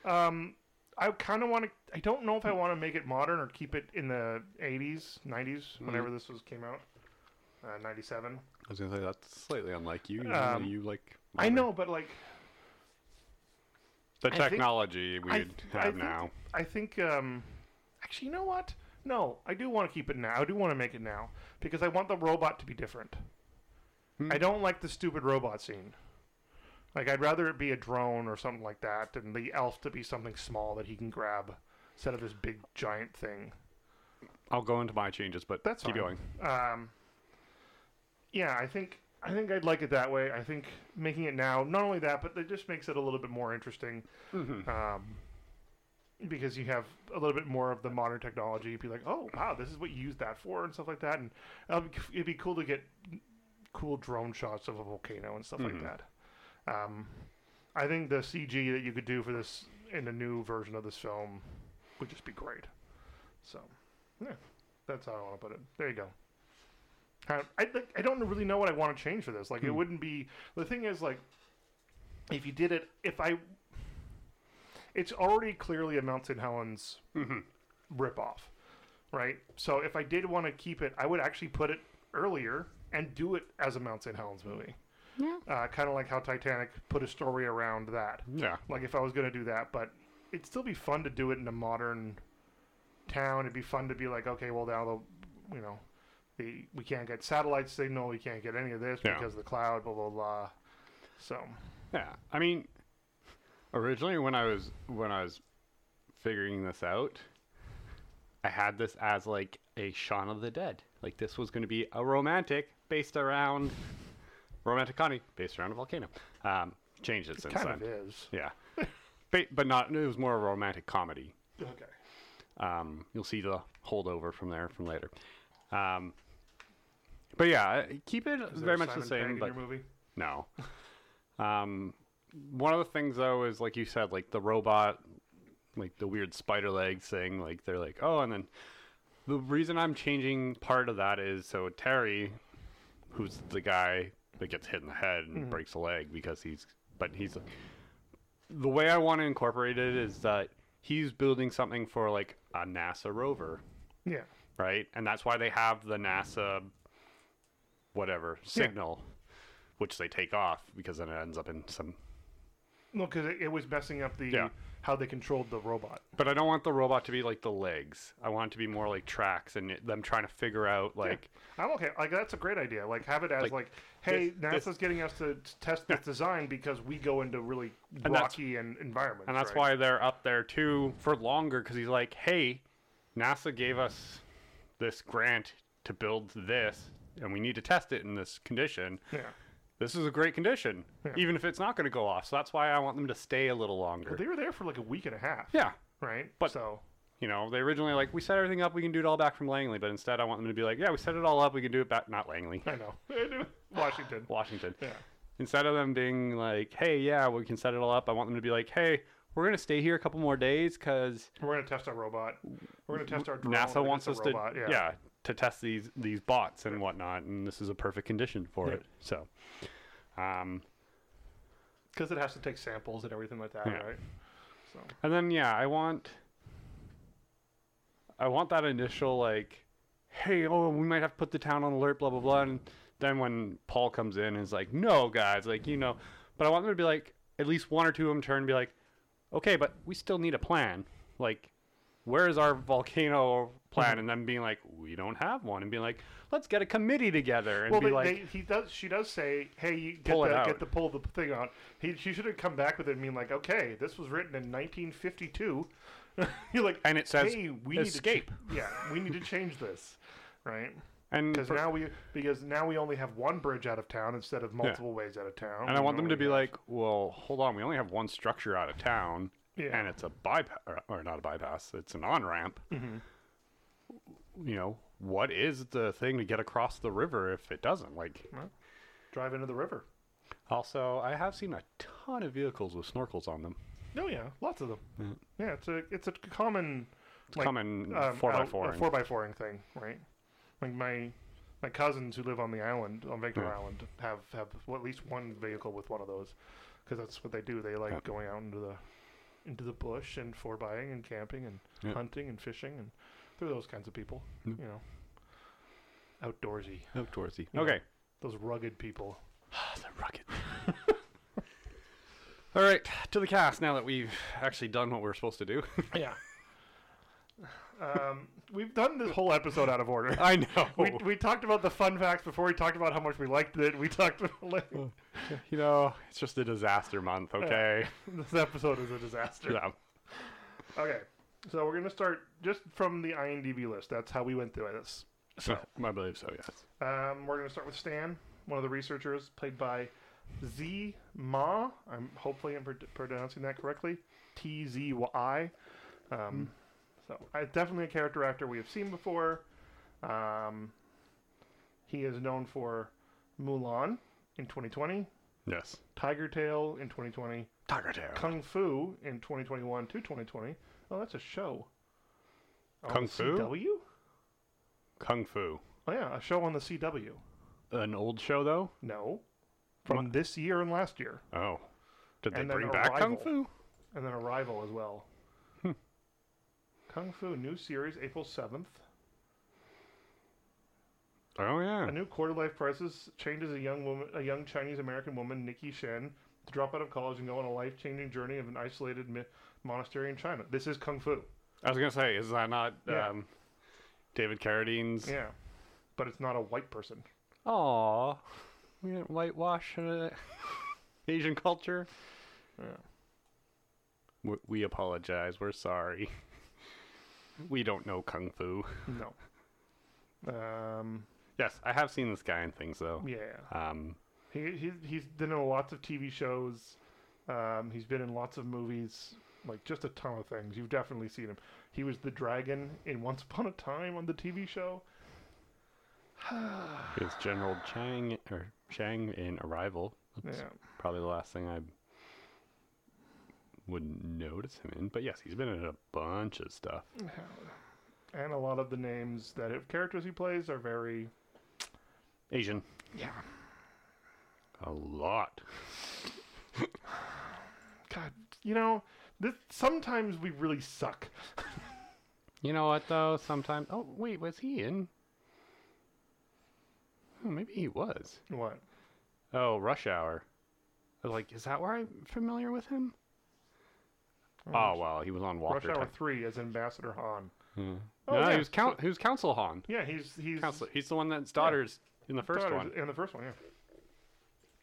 Um, I kind of want to. I don't know if I want to make it modern or keep it in the 80s, 90s, whenever Mm. this was came out, uh, 97. I was gonna say that's slightly unlike you. You, Um, you like I know, but like, the I think- technology we I would th- I have think- now. I think. Um, actually, you know what? No, I do want to keep it now. I do want to make it now because I want the robot to be different. Hmm. I don't like the stupid robot scene. Like, I'd rather it be a drone or something like that, and the elf to be something small that he can grab instead of this big giant thing. I'll go into my changes, but That's keep going. fine. Um, yeah, I think I think I'd like it that way. I think making it now, not only that, but it just makes it a little bit more interesting Mhm. um, because you have a little bit more of the modern technology. You'd be like, oh wow, this is what you use that for and stuff like that, and it'd be, it'd be cool to get cool drone shots of a volcano and stuff Mhm. like that. Um, I think the CG that you could do for this in a new version of this film would just be great. So, yeah, that's how I want to put it. There you go. I, I, think- I don't really know what I want to change for this. Like, it Hmm. wouldn't be. The thing is, like, if you did it, if I. It's already clearly a Mountain Helens Mhm. ripoff, right? So if I did want to keep it, I would actually put it earlier and do it as a Mount St. Helens movie. Yeah. Uh, kind of like how Titanic put a story around that. Yeah. Like if I was going to do that, but it'd still be fun to do it in a modern town. It'd be fun to be like, okay, well now the, you know, the we can't get satellite signal, we can't get any of this Yeah. because of the cloud, blah blah blah. So Yeah, I mean, originally when I was when I was figuring this out, I had this as like a Shaun of the Dead. Like this was going to be a romantic based around romantic comedy based around a volcano. Um, changed it since kind then. of is Yeah, but, but not. It was more a romantic comedy. okay. Um, you'll see the holdover from there from later. Um, but yeah, I- keep it Is very there a much the Simon Pegg same. in But your movie. no. Um, one of the things though is like you said, like the robot, like the weird spider legs thing. Like they're like, oh, and then the reason I'm changing part of that is so Terry, who's the guy that gets hit in the head and breaks a leg because he's, but he's the way I want to incorporate it is that he's building something for like a NASA rover Yeah. right? And that's why they have the NASA whatever signal, which they take off because then it ends up in some. No, because it, it was messing up the Yeah. how they controlled the robot. But I don't want the robot to be like the legs. I want it to be more like tracks and it, them trying to figure out like I'm okay. Like that's a great idea. Like have it as Like, like, hey, this- NASA's this- getting us to t- test this design because we go into really that's- rocky and environments. and that's right? why they're up there too for longer because he's like, hey, NASA gave us this grant to build this, and we need to test it in this condition. Yeah. This is a great condition, Yeah. even if it's not going to go off. So that's why I want them to stay a little longer. Well, they were there for like a week and a half. yeah, Right. But- so you know, they originally like we set everything up, we can do it all back from Langley, but instead I want them to be like, yeah, we set it all up, we can do it back not Langley, (laughs) I know (laughs) Washington. Washington. Yeah. Instead of them being like, hey, yeah, we can set it all up, I want them to be like, hey, we're gonna stay here a couple more days because We're gonna test our robot. We're gonna test our drone NASA against wants a us to robot. yeah. to test these these bots and whatnot, and this is a perfect condition for Yeah. it. So, um, because it has to take samples and everything like that, Yeah. right? So and then yeah, I want I want that initial like, hey, oh, we might have to put the town on alert, blah blah blah, and then when Paul comes in and is like, no, guys, like you know, but I want them to be like at least one or two of them turn and be like, okay, but we still need a plan, like. Where is our volcano Mm-hmm. plan? And then being like, we don't have one, and being like, let's get a committee together and well, be they, like, they, he does. She does say, "Hey, you get Pull it the out. get the pull the thing out." He she should have come back with it and mean like, "Okay, this was written in 1952." (laughs) You're like, and it says "Hey, we escape. need to ch- yeah, we (laughs) need to change this, right? and Because for- now we because now we only have one bridge out of town instead of multiple ways out of town. and I We want them to normally be have- like, well, hold on, we only have one structure out of town, Yeah. and it's a bypass or, or not a bypass, it's an on ramp. Mm-hmm. You know, what is the thing to get across the river if it doesn't? Like, drive into the river. also, I have seen a ton of vehicles with snorkels on them. Oh yeah, lots of them. Yeah, it's a it's a common like Common um, four by out- four. a four by fouring thing, right? Like my my cousins who live on the island on Vancouver Yeah. Island have have well, at least one vehicle with one of those because that's what they do. They like Yeah. going out into the into the bush and four buying and camping and Yeah. hunting and fishing and they're those kinds of people, Mm. you know, outdoorsy. outdoorsy. Yeah. Okay. Those rugged people. the (laughs) rugged. (laughs) All right, to the cast. Now that we've actually done what we're supposed to (laughs) do, Yeah. um, we've done this whole episode out (laughs) of order. I know. We, we talked about the fun facts before. We talked about how much we liked it. We talked about like, you know, it's just a disaster Uh, month. (laughs) Okay. this episode is a disaster. Yeah. Okay, so we're gonna start just from the IMDb list. That's how we went through this. So I believe so. Yes. Um, we're gonna start with Stan, one of the researchers, played by Z Ma. I'm hopefully I'm pro- pronouncing that correctly. T Z Y. Um, So I, definitely a character actor we have seen before. Um, he is known for Mulan in 2020, Yes. Tiger Tail in 2020, Tiger Tail. Kung Fu in 2021 to 2020. Oh, that's a show. On Kung the Fu? CW? Kung Fu. Oh, yeah, a show on the CW. An old show though. No. From this year and last year. Oh. Did they And then bring back Kung Arrival. Fu? And then Arrival as well. Hmm. Kung Fu, new series, April 7th. Oh yeah. A new quarter life crisis changes a young woman, a young Chinese American woman, Nikki Shen, to drop out of college and go on a life changing journey of an isolated mi- monastery in China. This is Kung Fu. I was gonna say, is that not Yeah. um, David Carradine's? Yeah. But it's not a white person. Aww. We didn't whitewash uh, (laughs) Asian culture. Yeah. We, we apologize. We're sorry. (laughs) we don't know Kung Fu. No. Um, Yes, I have seen this guy in things though. yeah. Um, He, he's he's been in lots of TV shows. Um, he's been in lots of movies, like just a ton of things. You've definitely seen him. He was the dragon in Once Upon a Time on the TV show. yeah. is General Chang or Chang in Arrival? That's probably the last thing I would notice him in. But yes, he's been in a bunch of stuff. And a lot of the names that have characters he plays are very Asian. yeah. A lot. God, you know, this sometimes we really suck. (laughs) You know what though? Sometimes. Oh wait, was he in? Oh, maybe he was. What? Oh, Rush Hour. I was like, is that where I'm familiar with him? Oh well, he was on Rush Walker. Hour Tech- Three as Ambassador Han. Yeah. Oh, no, yeah, he was count. Who's Council Han? Yeah, he's he's Counselor. He's the one that's daughters in the first Sorry, one. in the first one. Yeah,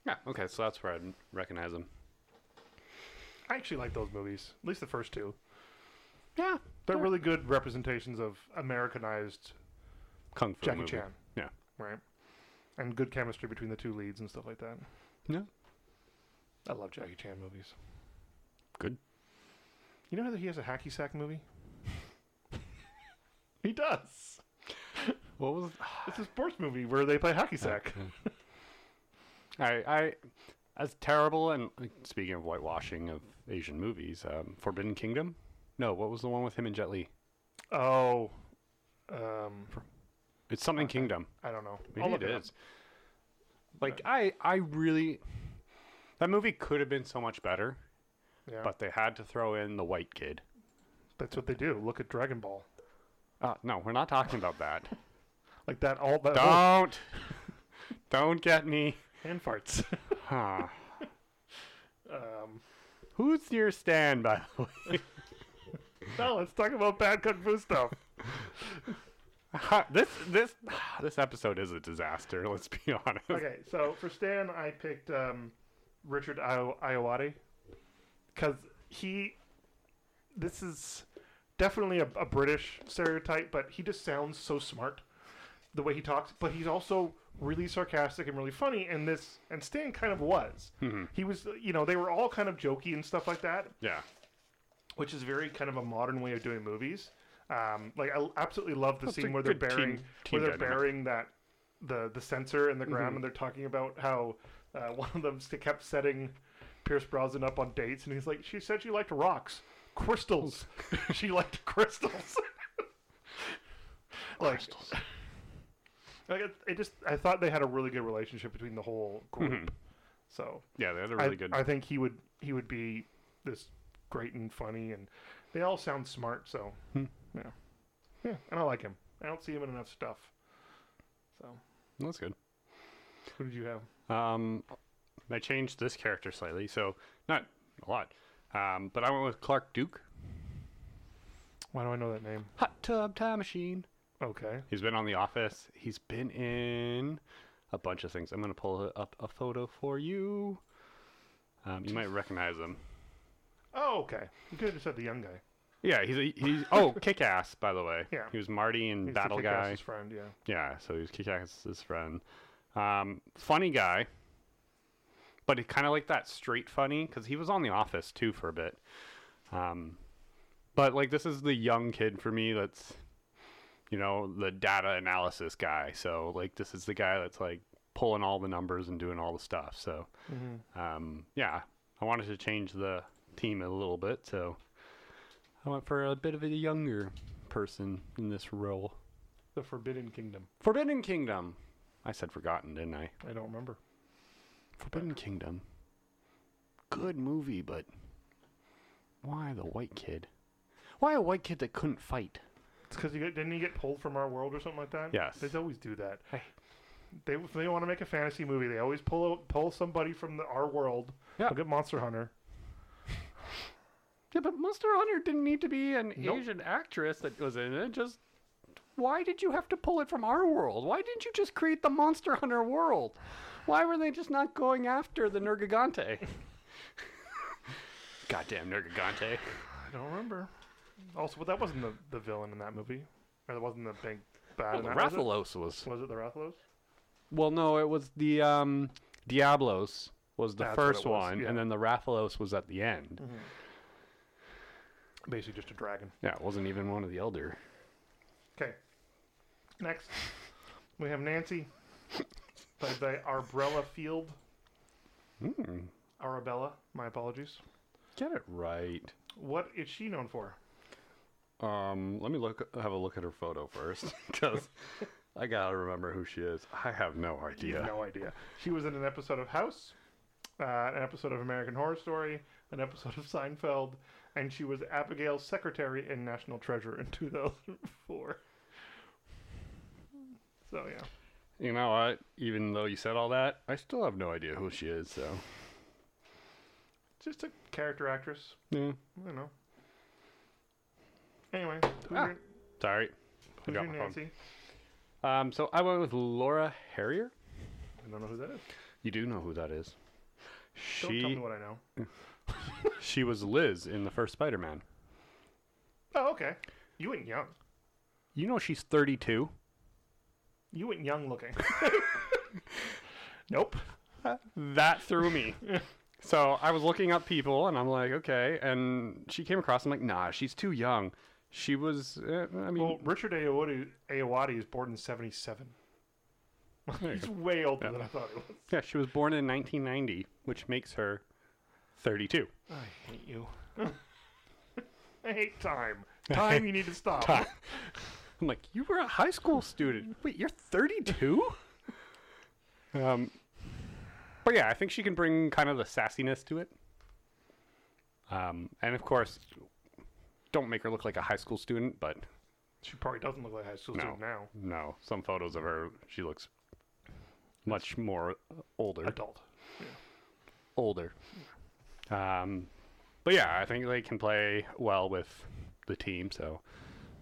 Yeah. Okay, so that's where I'd recognize him. I actually like those movies, at least the first two. Yeah. They're really good representations of Americanized Kung Fu Jackie movie. Chan, Yeah. right? And good chemistry between the two leads and stuff like that. Yeah. I love Jackie Chan movies. Good. You know that he has a hacky (laughs) sack movie? he does. What was It's a sports movie where they play hacky sack. (laughs) I I That's terrible. And like, speaking of whitewashing of Asian movies, um, Forbidden Kingdom. No, what was the one with him and Jet Li? Oh, um, It's something Kingdom. I don't know. Maybe I'll it look up. is. Like I, I really, that movie could have been so much better, Yeah. but they had to throw in the white kid. That's what they do. Look at Dragon Ball. Uh, no, we're not talking about that. Like that, all that whole- don't, (laughs) don't get me. hand farts. (laughs) Huh. um, Who's your stand, by the way? (laughs) no, let's talk about bad kung fu stuff. this this (sighs) this episode is a disaster. Let's be honest. Okay, so for Stan, I picked um, Richard Io- Iowati because he. This is definitely a, a British stereotype, but he just sounds so smart the way he talks. But he's also really sarcastic and really funny, and this and Stan kind of was. He was, you know, they were all kind of jokey and stuff like that, Yeah. which is very kind of a modern way of doing movies. Um, like I absolutely love the That's scene a where they're good team- burying team where they're dynamic. Mm-hmm. burying that the the sensor in the ground, and they're talking about how uh, (laughs) one of them st- kept setting Pierce Brosnan up on dates, and he's like, "She said she liked rocks, crystals. (laughs) she liked crystals." (laughs) like, (laughs) like it, it just I thought they had a really good relationship between the whole group. Mm-hmm. So Yeah, they had a really I, good. I think he would he would be this great and funny, and they all sound smart. So yeah, yeah, and I like him. I don't see him in enough stuff. So that's good. who did you have? Um, I changed this character slightly, so not a lot. Um, but I went with Clark Duke. Why do I know that name? Hot tub time machine. Okay, He's been on The Office. He's been in a bunch of things. I'm gonna pull up a photo for you. Um, you might recognize him. oh okay, you could have just said the young guy. Yeah, he's a, he's oh (laughs) Kick Ass by the way. Yeah. he was Marty and He's the Battle Kick-Ass's Guy. friend, yeah. Yeah, so he's Kick Ass's friend. Um, funny guy, but he kind of like that straight funny because he was on The Office too for a bit. Um, but like this is the young kid for me that's, you know, the data analysis guy. So like this is the guy that's like pulling all the numbers and doing all the stuff. So, Mm-hmm. um, yeah, I wanted to change the team a little bit, so I went for a bit of a younger person in this role. The Forbidden Kingdom. Forbidden Kingdom. I said Forgotten, didn't I? I don't remember. Forbidden Kingdom. Good movie, but why the white kid? Why a white kid that couldn't fight? It's because you get, didn't you get pulled from our world or something like that? Yes. they always do that. Hey. They if they want to make a fantasy movie. They always pull pull somebody from the, our world. Yeah. Look at Monster Hunter. Yeah, but Monster Hunter didn't need to be an Nope. Asian actress that was in it. Just why did you have to pull it from our world? Why didn't you just create the Monster Hunter world? Why were they just not going after the Nergigante? (laughs) Goddamn (laughs) Nergigante. I don't remember. Also, but that wasn't the, the villain in that movie. Or that wasn't the big bad in that was it? Rathalos was Was it the Rathalos? Well, no, it was the um, Diablos was the That's what it first was, one, yeah. Mm-hmm. and then the Rathalos was at the end. Basically, just a dragon. Yeah, it wasn't even one of the Elder. Okay. Next, we have Nancy, played by Arbrella Field. Hmm. Arabella, my apologies. Get it right. What is she known for? Um, let me look. Have a look at her photo first, (laughs) because I gotta remember who she is. I have no idea. No idea. She was in an episode of House, uh, an episode of American Horror Story, an episode of Seinfeld, and she was Abigail's secretary in National Treasure in 2004. So, yeah. You know what? Even though you said all that, I still have no idea who she is. So, Just a character actress. yeah. I don't know. Anyway, who's Ah, your, Sorry. I who's got your my Nancy? phone. Um, so I went with Laura Harrier. I don't know who that is. You do know who that is. Don't tell me She what I know. she was Liz in the first Spider-Man. Oh, okay. You ain't young. You know she's 32. You ain't young looking. (laughs) nope. That threw me. so I was looking up people and I'm like, okay. And she came across. I'm like, nah, she's too young. She was, uh, I mean, Well, Richard Ayoade, Ayoade is born in 77. There you He's go. way older Yeah. than I thought he was. Yeah, she was born in 1990, which makes her 32. I hate you. (laughs) I hate time. Time, you need to stop. Time. (laughs) I'm like, you were a high school student. Wait, you're 32? um, but yeah, I think she can bring kind of the sassiness to it. Um, and of course, don't make her look like a high school student, but She probably doesn't look like a high school No. student now. no, some photos of her, she looks much more older. Adult. older. Um, but yeah, I think they can play well with the team. So,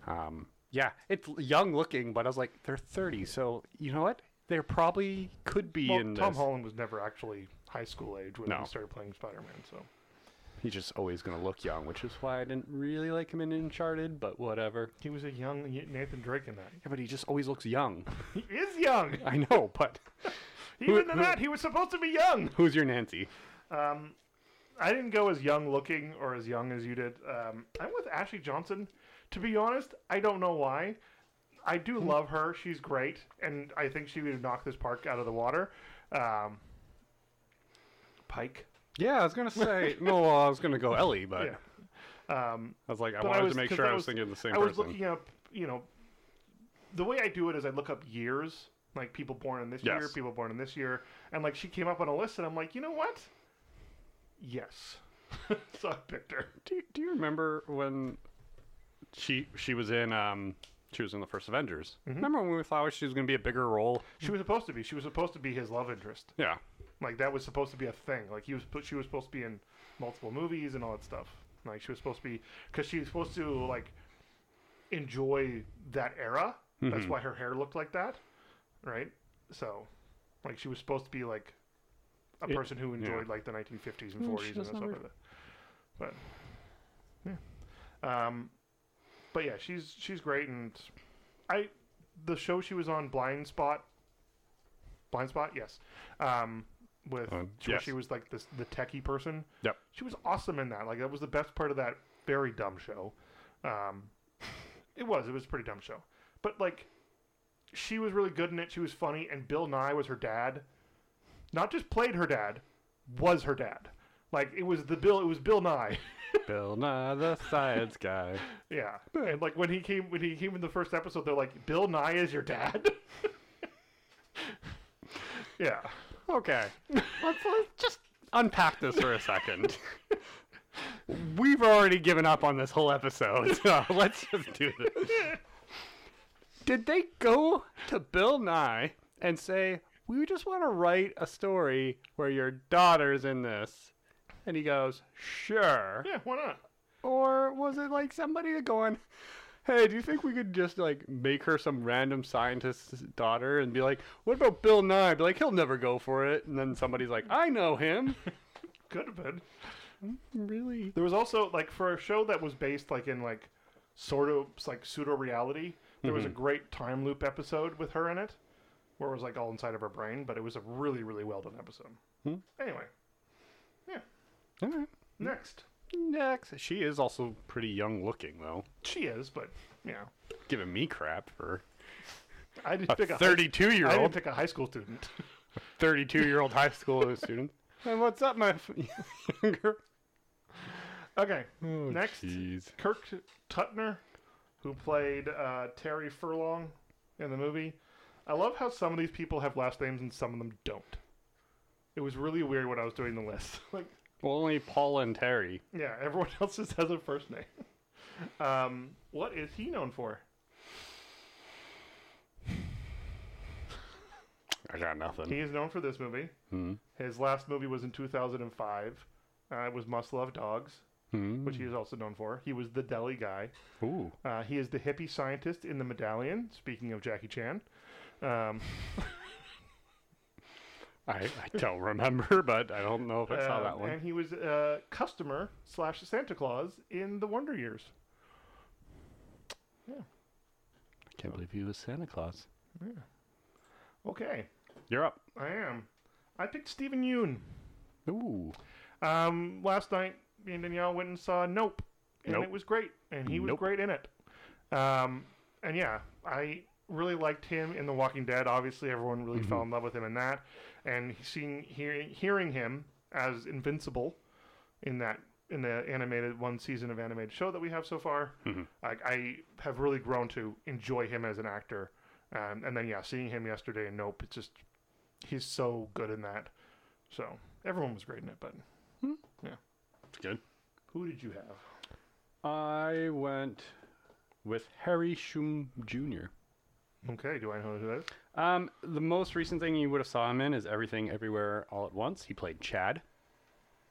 um, yeah, it's young looking, but I was like, they're 30. So, you know what? There probably could be Well, in Tom this. Holland was never actually high school age when No. he started playing Spider-Man. So He's just always going to look young, which is why I didn't really like him in Uncharted, but whatever. he was a young Nathan Drake in that. Yeah, but he just always looks young. He is young. (laughs) I know, (laughs) but Even in who- that, he was supposed to be young. who's your Nancy? Um, I didn't go as young looking or as young as you did. Um, I'm with Ashley Johnson. To be honest, I don't know why. I do Hmm. love her. She's great, and I think she would knock this park out of the water. Um, Pike. Yeah, I was going to say, (laughs) no, I was going to go Ellie, but Yeah. Um, I was like, I But I wanted was- to make 'cause sure I I was was- thinking of the same I was person. looking up, you know, the way I do it is I look up years, like people born in this year, Yes. people born in this year, and like she came up on a list, and I'm like, you know what? Yes. (laughs) so I picked her. Do you, do you remember when she she was in um she was in the first Avengers? Remember when we thought she was going to be a bigger role? She was supposed to be. She was supposed to be his love interest. Yeah, Like that was supposed to be a thing. Like he was. She was supposed to be in multiple movies and all that stuff. Like she was supposed to be because she was supposed to like enjoy that era. That's why her hair looked like that, right? So, like she was supposed to be like a It- person who enjoyed like the 1950s and Mm, 40s she and does stuff not like that. But yeah, um, but yeah, she's she's great, and I the show she was on, Blind Spot. Blind Spot, yes. Um, with Um, where yes. she was like this the techie person. Yep. She was awesome in that. Like that was the best part of that very dumb show. Um, it was. It was a pretty dumb show, but like she was really good in it. She was funny, and Bill Nye was her dad. Not just played her dad, was her dad. Like it was the Bill. It was Bill Nye. (laughs) Bill Nye the Science Guy. Yeah, and like when he came when he came in the first episode, they're like, "Bill Nye is your dad." (laughs) yeah, Okay, let's, let's just unpack this for a second. We've already given up on this whole episode, so (laughs) let's just do this. Did they go to Bill Nye and say, "We just want to write a story where your daughter's in this"? And he goes, "Sure." yeah, why not? Or was it like somebody going, hey, do you think we could just like make her some random scientist's daughter and be like, what about Bill Nye? Be like, he'll never go for it. And then somebody's like, I know him. Could have been. (laughs) really? There was also like for a show that was based like in like sort of like pseudo reality. There Mhm. was a great time loop episode with her in it, where it was like all inside of her brain, but it was a really really well done episode. Hmm. Anyway, All right. next Next. She is also pretty young looking, though. she is, but yeah, Giving me crap for I didn't a pick a high- 32 year I didn't old, pick a high (laughs) school student. 32 year old high school (laughs) student. And what's up, my f- younger? okay, Oh, Next. jeez. Kirk Tutner, who played uh, Terry Furlong in the movie. I love how some of these people have last names and some of them don't. It was really weird when I was doing the list. (laughs) like, Well, only Paul and Terry. yeah, everyone (laughs) else just has a first name. (laughs) um, what is he known for? I got nothing. He is known for this movie. Hmm. His last movie was in 2005. Uh, it was Must Love Dogs, Hmm. which he is also known for. He was the deli guy. Ooh. Uh, he is the hippie scientist in the medallion. Speaking of Jackie Chan, um, I, I don't remember, but I don't know if I saw Um, that one. And he was a customer slash Santa Claus in the Wonder Years. I can't believe he was Santa Claus. Okay, You're up. I am. I picked Stephen Yoon. Ooh. Um, last night, me and Danielle went and saw Nope, and Nope. it was great, and he was Nope. great in it. Um, and yeah, I really liked him in The Walking Dead. Obviously, everyone really fell in love with him in that, and seeing hearing hearing him as Invincible in that in the animated one season of animated show that we have so far, like I have really grown to enjoy him as an actor. Um, and then yeah, seeing him yesterday in Nope, it's just he's so good in that. So everyone was great in it, but It's good. who did you have? I went with Harry Shum Jr. Okay, do I know who that is? Um, the most recent thing you would have saw him in is Everything Everywhere All at Once. He played Chad.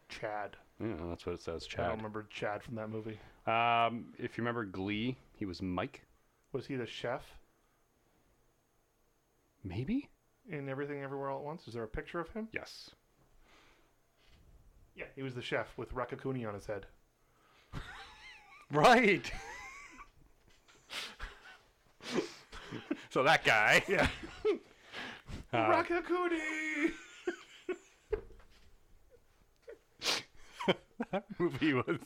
Chad. Yeah, that's what it says, I don't Chad. remember Chad from that movie. Um, if you remember Glee, he was Mike. Was he the chef Maybe? in Everything Everywhere All at Once? Is there a picture of him? Yes. Yeah, he was the chef with Rakakuni on his head. (laughs) Right. so that (laughs) guy. (laughs) Yeah, Uh, Rakakuni. movie was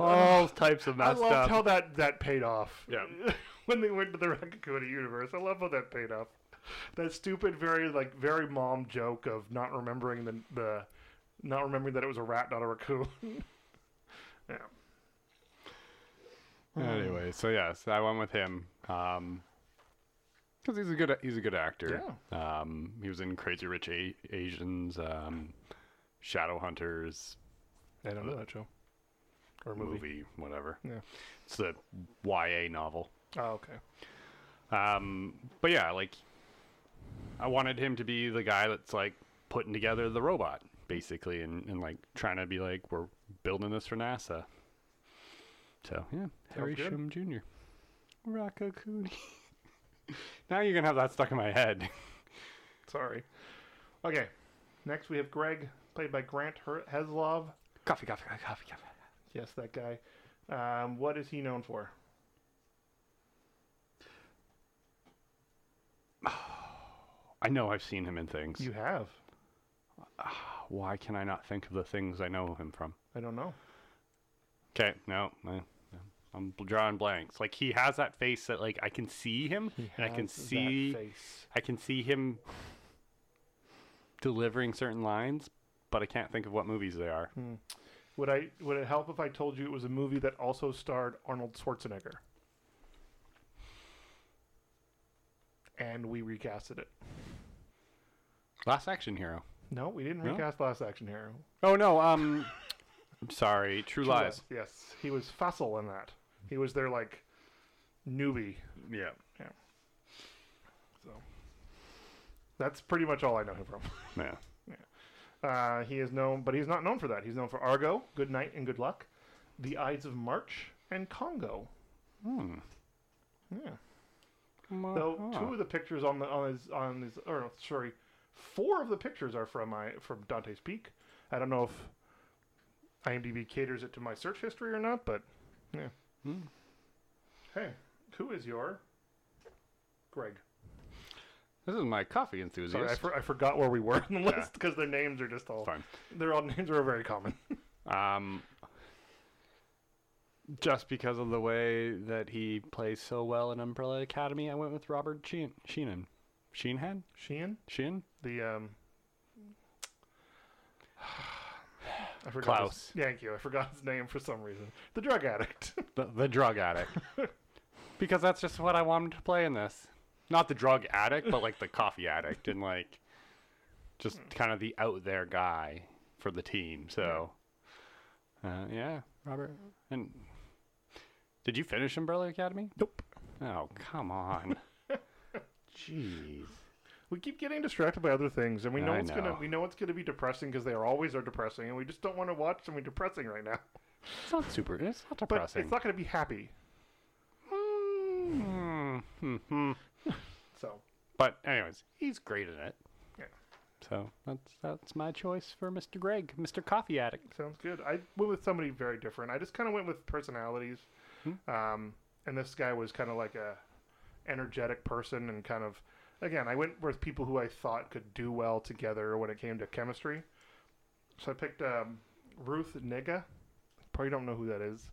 all types of I messed loved up. how that that paid off. Yeah. (laughs) when they went to the Rakakuni universe, I love how that paid off. That stupid, very like very mom joke of not remembering the the not remembering that it was a rat, not a raccoon. yeah. Um, Anyway, so yes, I went with him because he's a good he's a good actor. Um, he was in Crazy Rich a- Asians, um, Shadow Hunters I don't know that show or movie. movie. whatever. Yeah. It's the YA novel. Oh, okay. Um, but yeah, like I wanted him to be the guy that's like putting together the robot basically, and, and like trying to be like we're building this for NASA. So yeah, Harry good. Shum Jr. Rakakuni. (laughs) now you're gonna have that stuck in my head. (laughs) Sorry. Okay. Next we have Greg, played by Grant Her- Heslov. Coffee, coffee, coffee, coffee, coffee. Yes, that guy. Um, what is he known for? I know I've seen him in things. You have. Why can I not think of the things I know him from? I don't know. Okay, no, I, I'm drawing blanks. Like he has that face that like I can see him, and I can Has that see face. I can see him delivering certain lines, but I can't think of what movies they are. Would I? Would it help if I told you it was a movie that also starred Arnold Schwarzenegger? And we recasted it. Last Action Hero. No, we didn't No? recast Last Action Hero. Oh no, um, I'm sorry, True, True Lies. Lies, Yes, he was Fessel in that. He was their like newbie. Yeah. So that's pretty much all I know him from. Yeah. Uh, he is known, but he's not known for that. He's known for Argo, Good Night and Good Luck, The Ides of March, and Congo. Hmm. Yeah. Though Uh-huh. two of the pictures on the on his on his or no, sorry, four of the pictures are from my from Dante's Peak. I don't know if IMDb caters it to my search history or not, but yeah. Hmm. Hey, who is your Greg? This is my coffee enthusiast. Sorry, I, for, I forgot where we were on the Yeah. list because their names are just all Fine. Their all (laughs) names are very common. Um, just because of the way that he plays so well in Umbrella Academy, I went with Robert Sheen- Sheenan. Sheenhan? Sheehan, Sheen? the um. (sighs) I forgot his- Klaus. thank you. I forgot his name for some reason. The drug addict. (laughs) The, the drug addict. because that's just what I wanted to play in this. Not the drug addict, but (laughs) like the coffee addict and like just kind of the out there guy for the team. So, uh, yeah, Robert. And did you finish Umbrella Academy? nope. Oh, come (laughs) on. Jeez. We keep getting distracted by other things, and we know I it's gonna know. we know it's gonna be depressing because they are always are depressing, and we just don't want to watch something depressing right now. It's not super. It's not But depressing. it's not gonna be happy. Mm, hmm, hmm. So But anyways, he's great in it. Yeah. So that's that's my choice for Mr. Greg, Mr. Coffee Addict. sounds good. I went with somebody very different. I just kind of went with personalities, um, and this guy was kind of like a energetic person, and kind of again, I went with people who I thought could do well together when it came to chemistry. So I picked um, Ruth Nega. Probably don't know who that is.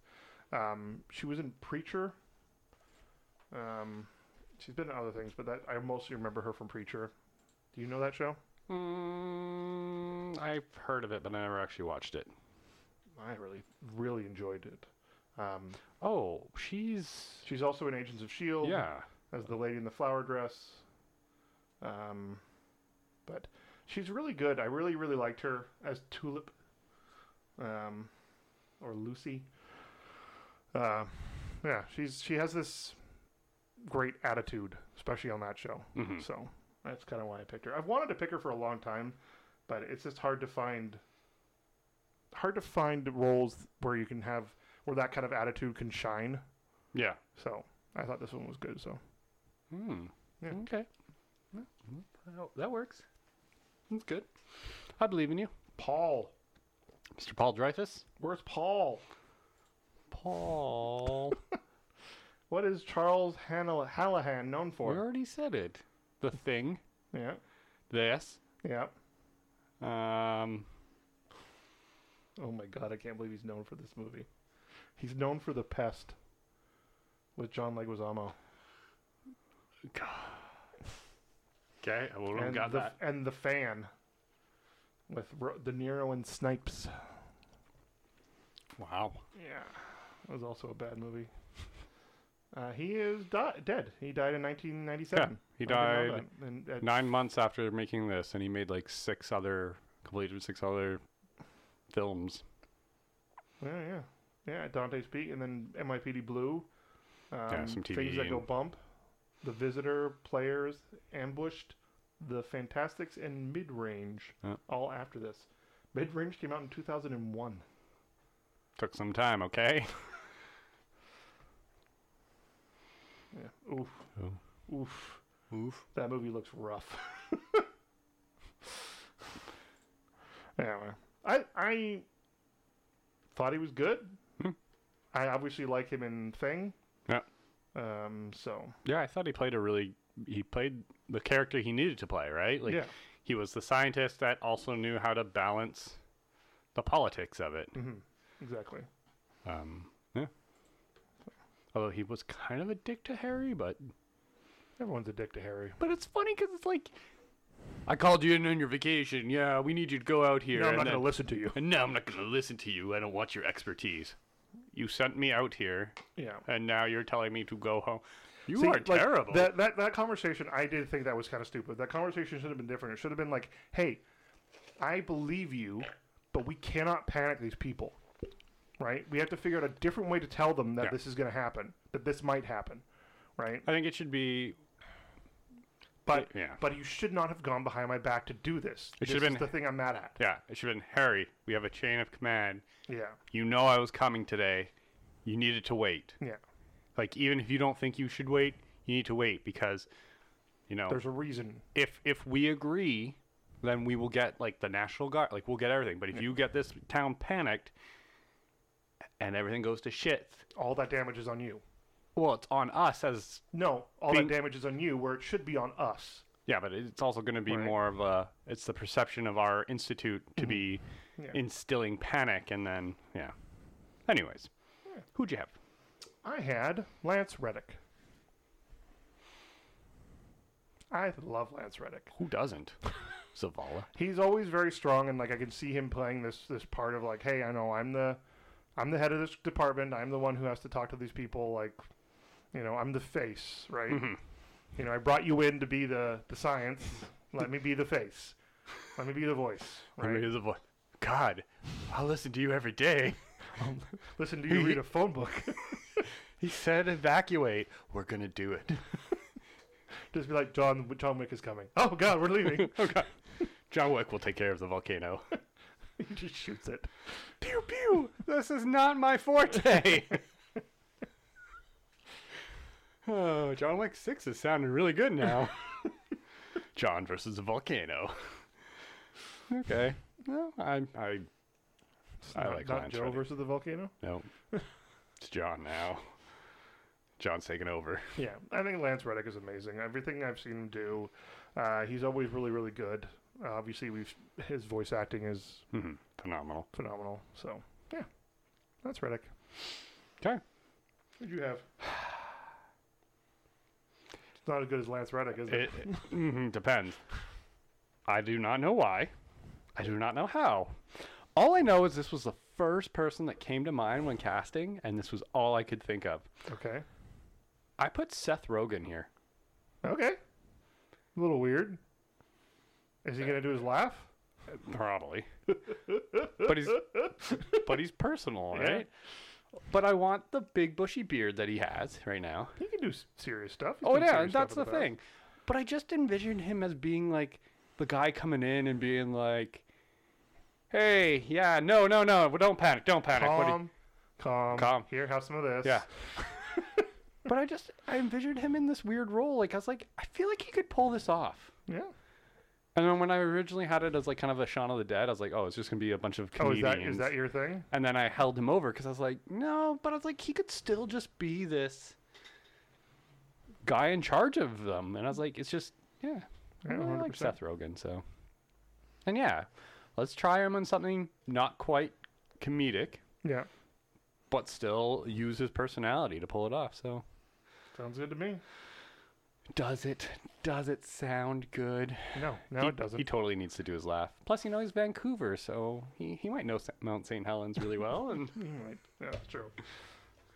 Um, she was in Preacher. Um, She's been in other things, but that I mostly remember her from Preacher. Do you know that show? Mm, I've heard of it, but I never actually watched it. I really, really enjoyed it. Um, Oh, she's she's also in Agents of Shield. yeah. E as the lady in the flower dress. Um, but she's really good. I really, really liked her as Tulip, um, or Lucy. Uh, yeah, she's she has this great attitude, especially on that show. hmm So that's kind of why I picked her. I've wanted to pick her for a long time, but it's just hard to find hard to find roles where you can have where that kind of attitude can shine. Yeah. So I thought this one was good. So. Hmm. Yeah. Okay. Yeah, mm, that- That works. That's good. I believe in you, Paul. Mr. Paul Dreyfus. Where's Paul? (laughs) Paul. What is Charles Hannah Hallahan known we for? already said it. The thing. Yeah, This. yeah. Um. Oh my God, I can't believe he's known for this movie. He's known for The Pest with John Leguizamo. Okay. I would have and got the, that. And The Fan with Ro- De Niro and Snipes. Wow. Yeah, that was also a bad movie. Uh, he is di- dead. He died in 1997. He I didn't know died that. And uh, at- nine months after making this, and he made like six other completed six other films. Yeah, yeah, yeah. Dante's Peak, and then NYPD Blue. Um, some things that TV go bump. The Visitor, Players, Ambushed, The Fantastics, and Mid Range. Yeah. All after this. Mid Range came out in 2001. Took some time. Okay. Yeah. Oof. Oh. Oof. Oof. That movie looks rough. (laughs) anyway, I I thought he was good. Hmm. I obviously like him in Thing. Yeah. Um. So. Yeah, I thought he played a really he played the character he needed to play, right? Like yeah. he was the scientist that also knew how to balance the politics of it. hmm Exactly. Um, yeah. Although he was kind of a dick to Harry, but Everyone's a dick to Harry. but it's funny because it's like I called you in on your vacation. Yeah, we need you to go out here. No, I'm and not going then- to listen to you. And now I'm not going to listen to you. I don't want your expertise. You sent me out here, Yeah. and now you're telling me to go home. You See, are like, terrible. That, that that conversation, I did think that was kind of stupid. That conversation should have been different. It should have been like, "Hey, I believe you, but we cannot panic these people, right? We have to figure out a different way to tell them that Yeah. this is going to happen, that this might happen, right? I think it should be But yeah. but you should not have gone behind my back to do this. It this should have is been- the thing I'm mad at. Yeah, it should have been Harry. We have a chain of command. Yeah, You know I was coming today. You needed to wait. yeah. Like even if you don't think you should wait, you need to wait because you know There's a reason. if if we agree, then we will get like the National Guard, like we'll get everything. But if you get this town panicked and everything goes to shit, All that damage is on you. well, it's on us as No, all Being- that damage is on you, where it should be on us. yeah, but it's also going to be Right. Mm-hmm. more of a it's the perception of our institute to be Yeah. instilling panic and then yeah. Anyways, who'd you have? I had Lance Reddick. I love Lance Reddick. Who doesn't? (laughs) Zavala. He's always very strong, and like I can see him playing this this part of like, hey, I know I'm the, I'm the head of this department. I'm the one who has to talk to these people. Like, you know, I'm the face, right? Mm-hmm. You know, I brought you in to be the the science. Let me be the face. Let me be the voice. Right. Right. God, I listen to you every day. (laughs) Listen to you read a phone book. (laughs) He said evacuate. We're gonna do it. Just be like, John. John Wick is coming. Oh God, we're leaving. (laughs) oh God. John Wick will take care of the volcano. he just shoots it. pew pew. This is not my forte. (laughs) oh, John Wick Six is sounding really good now. (laughs) John versus a volcano. Okay. No, I I It's I not, like not Lance Joe Reddick. versus the volcano. no. (laughs) It's John now. John's taking over. (laughs) Yeah, I think Lance Reddick is amazing. Everything I've seen him do, uh, he's always really, really good. Uh, obviously, we've his voice acting is Mhm. Phenomenal. phenomenal. So yeah, that's Reddick. Okay. Who'd you have? It's not as good as Lance Reddick, is it? It, mhm, depends. I do not know why. I do not know how. All I know is this was the first person that came to mind when casting, and this was all I could think of. Okay. I put Seth Rogen here. Okay. A little weird. Is he gonna do his laugh? Probably. but he's but he's personal, Yeah. right? But I want the big bushy beard that he has right now. He can do s- serious stuff. He's Oh done yeah, serious stuff that's in the past. thing. But I just envisioned him as being like the guy coming in and being like, "Hey, yeah, no, no, no, well, don't panic, don't panic." what do you-" Calm, calm, Calm. Here, have some of this. Yeah. But I just I envisioned him in this weird role. Like I was like, I feel like he could pull this off. Yeah. And then when I originally had it as like kind of a Shaun of the Dead, I was like, oh, it's just gonna be a bunch of Oh, is comedians. that is that your thing? And then I held him over because I was like, no, but I was like, he could still just be this guy in charge of them. And I was like, it's just, yeah, Yeah, I like 100%. Seth Rogen. So, and yeah, let's try him on something not quite comedic, Yeah. but still use his personality to pull it off. So, Sounds good to me. does it? Does it sound good? No, no, he, it doesn't. He totally needs to do his laugh. Plus, you know, he's Vancouver, so he, he might know Sa- Mount St. Helens really well. (laughs) And Mm, right. Yeah, that's true.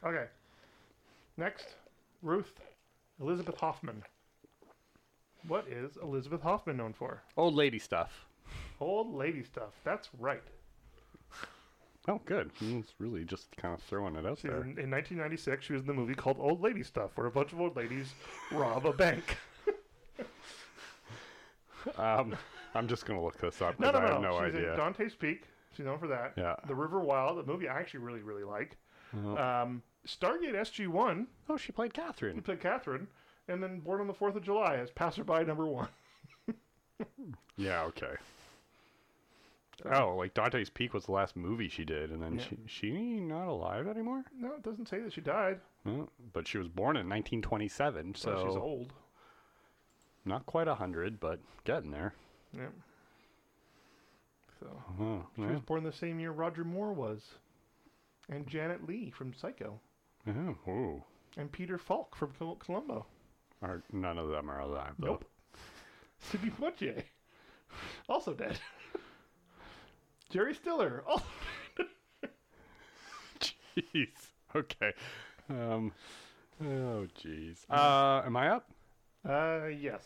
Okay. Next, Ruth Elizabeth Hoffman. What is Elizabeth Hoffman known for? old lady stuff. Old lady stuff. That's right. Oh, good. It's really just kind of throwing it out She there. was in, in 1996, she was in the movie called Old Lady Stuff, where a bunch of old ladies rob (laughs) a bank. Um, I'm just gonna look this up No, because no, I no. have no She's idea. in Dante's Peak. She's known for that. Yeah. The River Wild, a movie I actually really, really like. Oh. Um, Stargate SG One. oh, she played She Catherine. played Catherine, and then Born on the Fourth of July as passerby number one. Yeah. Okay. Oh, like Dante's Peak was the last movie she did, and then Yeah. she she not alive anymore. No, it doesn't say that she died. Well, but she was born in 1927, so So she's old. not quite a hundred, but getting there. Yep. So Oh, she yeah. was born the same year Roger Moore was, and Janet Lee from Psycho, Yeah, ooh. and Peter Falk from Col- Columbo. (laughs) Are, none of them are alive. Though. Nope. Sidney Poitier, (laughs) also dead. (laughs) Jerry Stiller, (laughs) also (laughs) Jeez. Okay. Um. Oh, jeez. Uh, am I up? Uh, yes.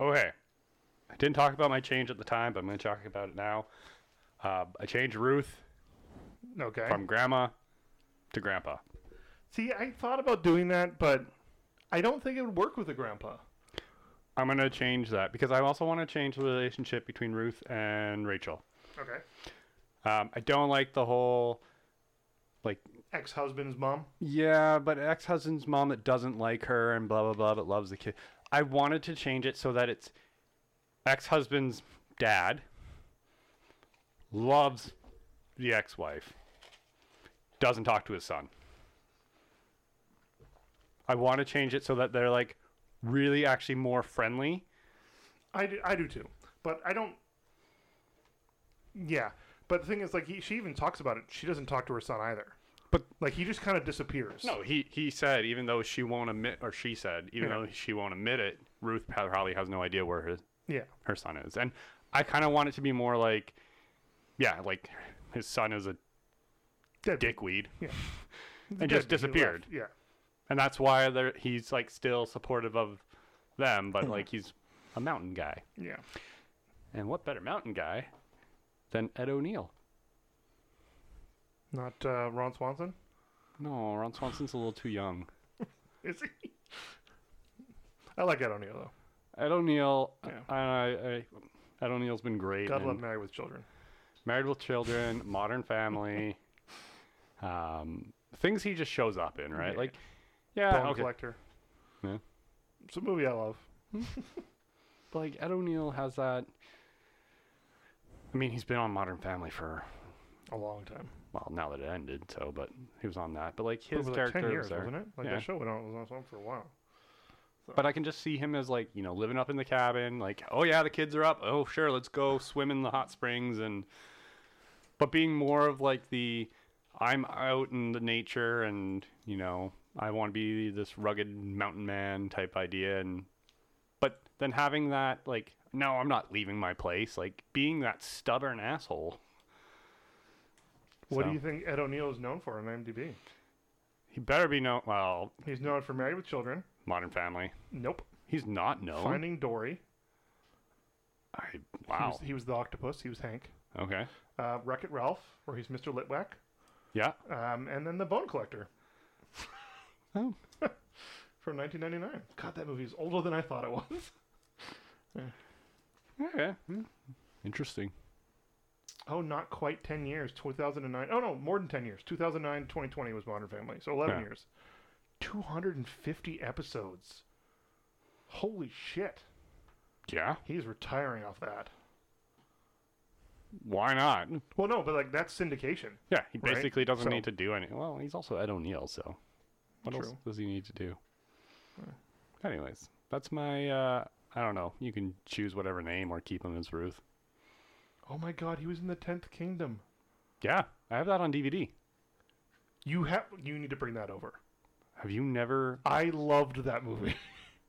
Okay. I didn't talk about my change at the time, but I'm going to talk about it now. Uh, I changed Ruth Okay. from grandma to grandpa. See, I thought about doing that, but I don't think it would work with a grandpa. I'm going to change that because I also want to change the relationship between Ruth and Rachel. Okay. Um, I don't like the whole, like, Ex-husband's mom. yeah, but ex husband's mom that doesn't like her and blah, blah, blah, but loves the kid. I wanted to change it so that it's ex husband's dad loves the ex wife, doesn't talk to his son. I want to change it so that they're like really actually more friendly. I do, I do too, but I don't. Yeah, but the thing is, like, he, she even talks about it. She doesn't talk to her son either. But Like, he just kind of disappears. no, he, he said, even though she won't admit, or she said, even Yeah. though she won't admit it, Ruth probably has no idea where his, Yeah. her son is. And I kind of want it to be more like, yeah, like his son is a Dead. dickweed, Dead, just but he left. disappeared. Yeah. and that's why they're- he's like still supportive of them, Mm-hmm. but like he's a mountain guy. Yeah. And what better mountain guy than Ed O'Neill? Not uh, Ron Swanson, No, Ron Swanson's a little too young. is he? (laughs) I like Ed O'Neill though. Ed O'Neill, Yeah. I, I, Ed O'Neill's been great. God in love Married with Children. Married with Children, Modern (laughs) Family, um, things he just shows up in, right? Yeah. Like, yeah, Bone Ah, okay. Collector. Yeah. It's a movie I love. But like Ed O'Neill has that. I mean, he's been on Modern Family for A long time. well, now that it ended, so but he was on that. But like his Over, like, character ten years, was there. wasn't it? Like Yeah. that show went on, was on for a while. But I can just see him as like you know living up in the cabin. Like oh yeah, the kids are up. Oh sure, let's go swim in the hot springs and. But being more of like the, I'm out in the nature and you know I want to be this rugged mountain man type idea and than having that like no, I'm not leaving my place, like being that stubborn asshole. What So. do you think Ed O'Neill is known for on IMDb? He better be known. Well, He's known for Married with Children. Modern Family. Nope. He's not known. Finding Dory. I, He wow. was, he was the octopus. He was Hank. Okay. Uh, Wreck It Ralph, where he's Mr. Litwack. Yeah. Um, and then The Bone Collector. (laughs) Oh. (laughs) From 1999. God, that movie is older than I thought it was. (laughs) Okay. Hmm. Interesting. Oh, not quite 10 years. 2009. Oh, no, more than 10 years. 2009, 2020 was Modern Family. So 11 Yeah. years. 250 episodes. Holy shit. Yeah. He's retiring off that. Why not? Well, no, but like that's syndication. Yeah. He Right. basically doesn't So- need to do any. Well, he's also Ed O'Neill, so what else True. Hmm. does he need to do? Anyways, that's my. uh I don't know. You can choose whatever name or keep him as Ruth. Oh my god, he was in the 10th Kingdom. Yeah, I have that on DVD. You have you need to bring that over. Have you never? I loved that movie.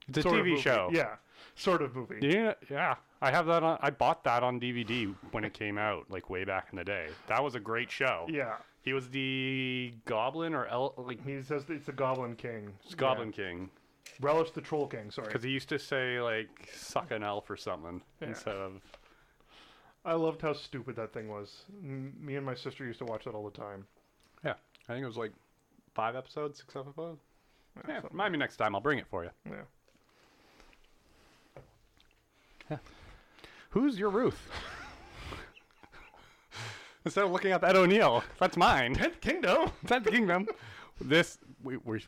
It's a Sort of TV movie. show. Yeah. Sort of movie. Yeah, yeah. I have that on. I bought that on DVD when it came out, like way back in the day. That was a great show. Yeah. He was the Goblin or El, like He says that it's the Goblin King. Goblin King Yeah. Relish the Troll King, sorry. because he used to say like "suck an elf" or something Yeah. instead of I loved how stupid that thing was. M- me and my sister used to watch that all the time. yeah. I think it was like five episodes, six episodes. Yeah, so- remind me next time. I'll bring it for you. yeah. Who's your Ruth? (laughs) Instead of looking up Ed O'Neill, that's (laughs) mine. Tenth Kingdom. Tenth Kingdom. This we, we're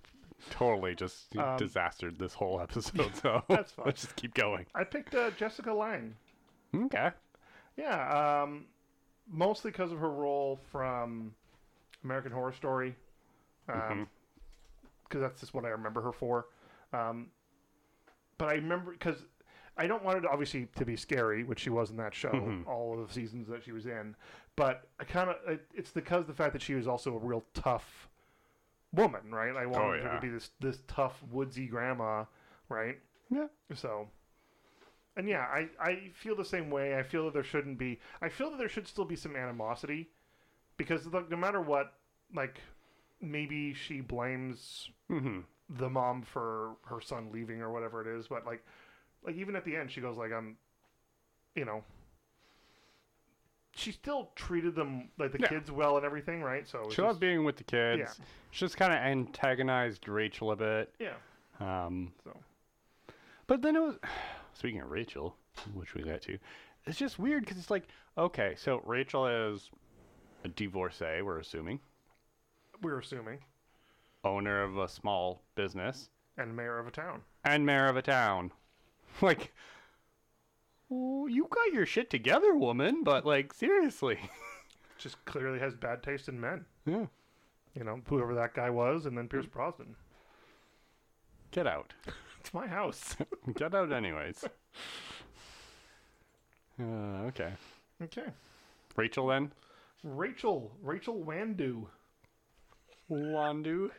totally just Um, disastered this whole (laughs) episode. So that's fine. let's just keep going. I picked uh, Jessica Lange. Okay. Yeah, um, mostly because of her role from American Horror Story, because that's just what I remember her for. Um, but I remember because I don't want it obviously to be scary, which she was in that show, all of the seasons that she was in. But I kind of it, it's because the fact that she was also a real tough woman, right? I wanted her yeah. to be this this tough woodsy grandma, right? Yeah. So, and yeah, I, I feel the same way. I feel that there shouldn't be. I feel that there should still be some animosity because look, no matter what, like maybe she blames Mm-hmm. the mom for her son leaving or whatever it is, but like, like even at the end, she goes like, "I'm," you know. She still treated them like the Yeah. kids well and everything, right? So it was She loved just- being with the kids. Yeah. She just kind of antagonized Rachel a bit. yeah. Um, So but then it was (sighs) speaking of Rachel, which we got to. It's just weird because it's like okay, so Rachel is a divorcee. We're assuming we're assuming, owner of a small business. and mayor of a town. and mayor of a town. (laughs) Like, "Oh, you got your shit together, woman, but like, seriously. (laughs) just clearly has bad taste in men. Yeah. You know, whoever that guy was, and then Mm. Pierce Brosnan. Get out. (laughs) It's my house. Get out, anyways. Uh, okay. okay. Rachel, then? Rachel. Rachel Wandu. Wandu.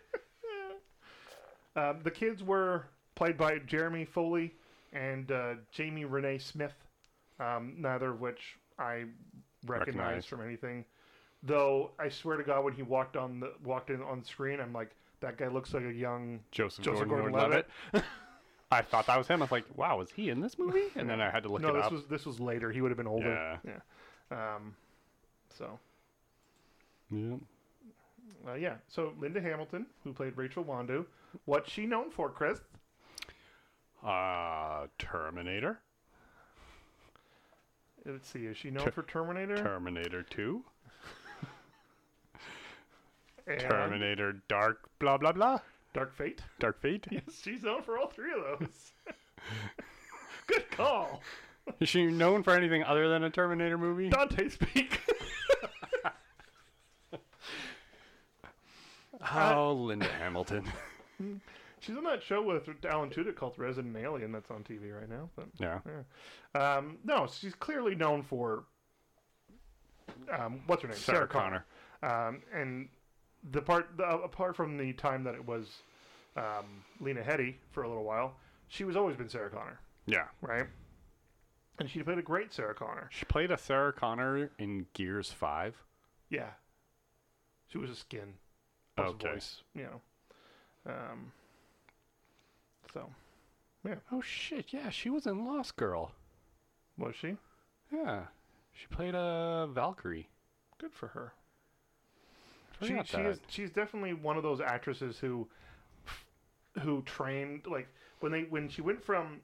Uh, the kids were played by Jeremy Foley and uh, Jamie Renee Smith, um, neither of which I recognize, Recognize. from anything. Though I swear to God, when he walked on the walked in on screen, I'm like, that guy looks like a young. Joseph, Joseph Gordon Levitt. (laughs) I thought that was him. I was like, wow, was he in this movie? And then I had to look no, it this up. was this was later. He would have been older. Yeah. Yeah. Um, so Yeah. Uh, yeah, so Linda Hamilton, who played Rachel Wando, what's she known for, Chris? Uh, Terminator. Let's see, is she known Ter- for Terminator? Terminator 2. and Terminator Dark, blah, blah, blah. Dark Fate? (laughs) Dark Fate. Yes, she's known for all three of those. (laughs) Good call. (laughs) Is she known for anything other than a Terminator movie? Dante's Peak. Oh, Linda Hamilton. (laughs) (laughs) she's on that show with Alan Tudyk called Resident Alien that's on TV right now. But yeah. um, No, she's clearly known for. Um, what's her name? Sarah Connor. um, and the part the, apart from the time that it was um, Lena Headey for a little while, she was always been Sarah Connor. Yeah. right? And she played a great Sarah Connor. She played a Sarah Connor in Gears 5. Yeah, she was a skin, plus Okay. voice, you know. Um, so Oh, shit. Yeah, she was in Lost Girl. was she Yeah. She played a Valkyrie. good for her? I She, forgot she that. is. She's definitely one of those actresses who, who trained like when they when she went from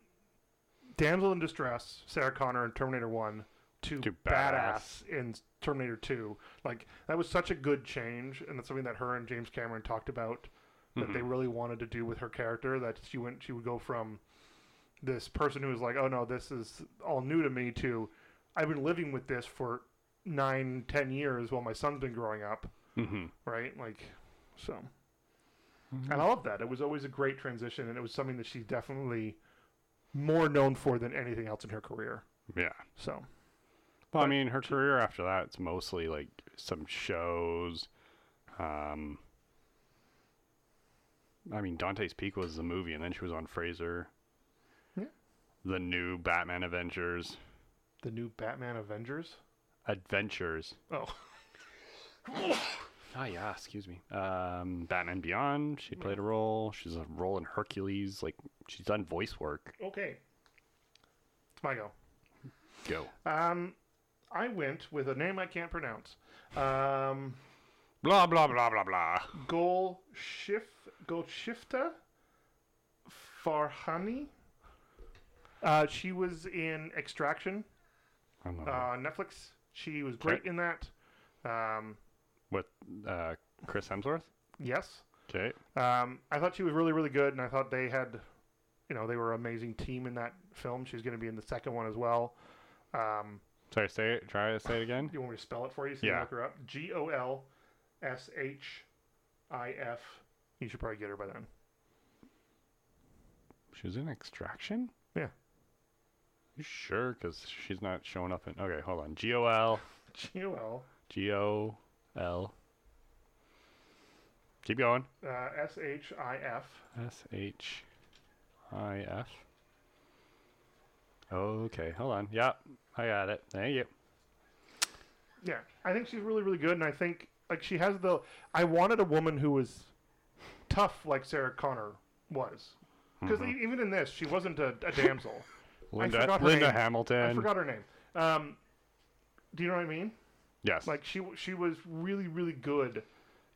damsel in distress, Sarah Connor in Terminator One, to, To badass. in Terminator Two. Like that was such a good change, and that's something that her and James Cameron talked about that they really wanted to do with her character. That she went, she would go from this person who was like, "Oh no, this is all new to me," to I've been living with this for nine, ten years while my son's been growing up Mm-hmm. right? Like, so. And I love that. It was always a great transition, and it was something that she's definitely more known for than anything else in her career. Yeah. So, Well, I But mean, her career after that, it's mostly like some shows. Um, I mean, Dante's Peak was the movie, and then she was on Fraser. Yeah. The new Batman Avengers. the new Batman Avengers. Adventures. Oh, Ah, yeah, excuse me. Um, Batman Beyond, she played a role. She's a role in Hercules. Like, she's done voice work. okay. It's my go. Go. Um, I went with a name I can't pronounce. Um, Blah, blah, blah, blah, blah. Gol Shif Golshifta Farhani. Uh, she was in Extraction I don't know. uh, Netflix. She was great Okay. in that. Um, With uh, Chris Hemsworth? yes, Okay. um, I thought she was really, really good, and I thought they had, you know, they were an amazing team in that film. She's going to be in the second one as well. Um, Sorry, say it. Try to say it again. you want me to spell it for you? So you Yeah. can look her up. G O L S H I F. You should probably get her by then. She was in Extraction? Yeah. You sure? Because she's not showing up in. Okay, hold on. G O L. G O L G O L. Keep going. uh, S H I F. S H I F. Okay, hold on. Yep, I got it. Thank you. Yeah, I think she's really, really good, and I think like she has the. I wanted a woman who was tough like Sarah Connor was, because even in this, she wasn't a, a damsel. Linda, forgot her Linda name. Hamilton. I forgot her name. Um, do you know what I mean? Yes. Like she w- she was really really good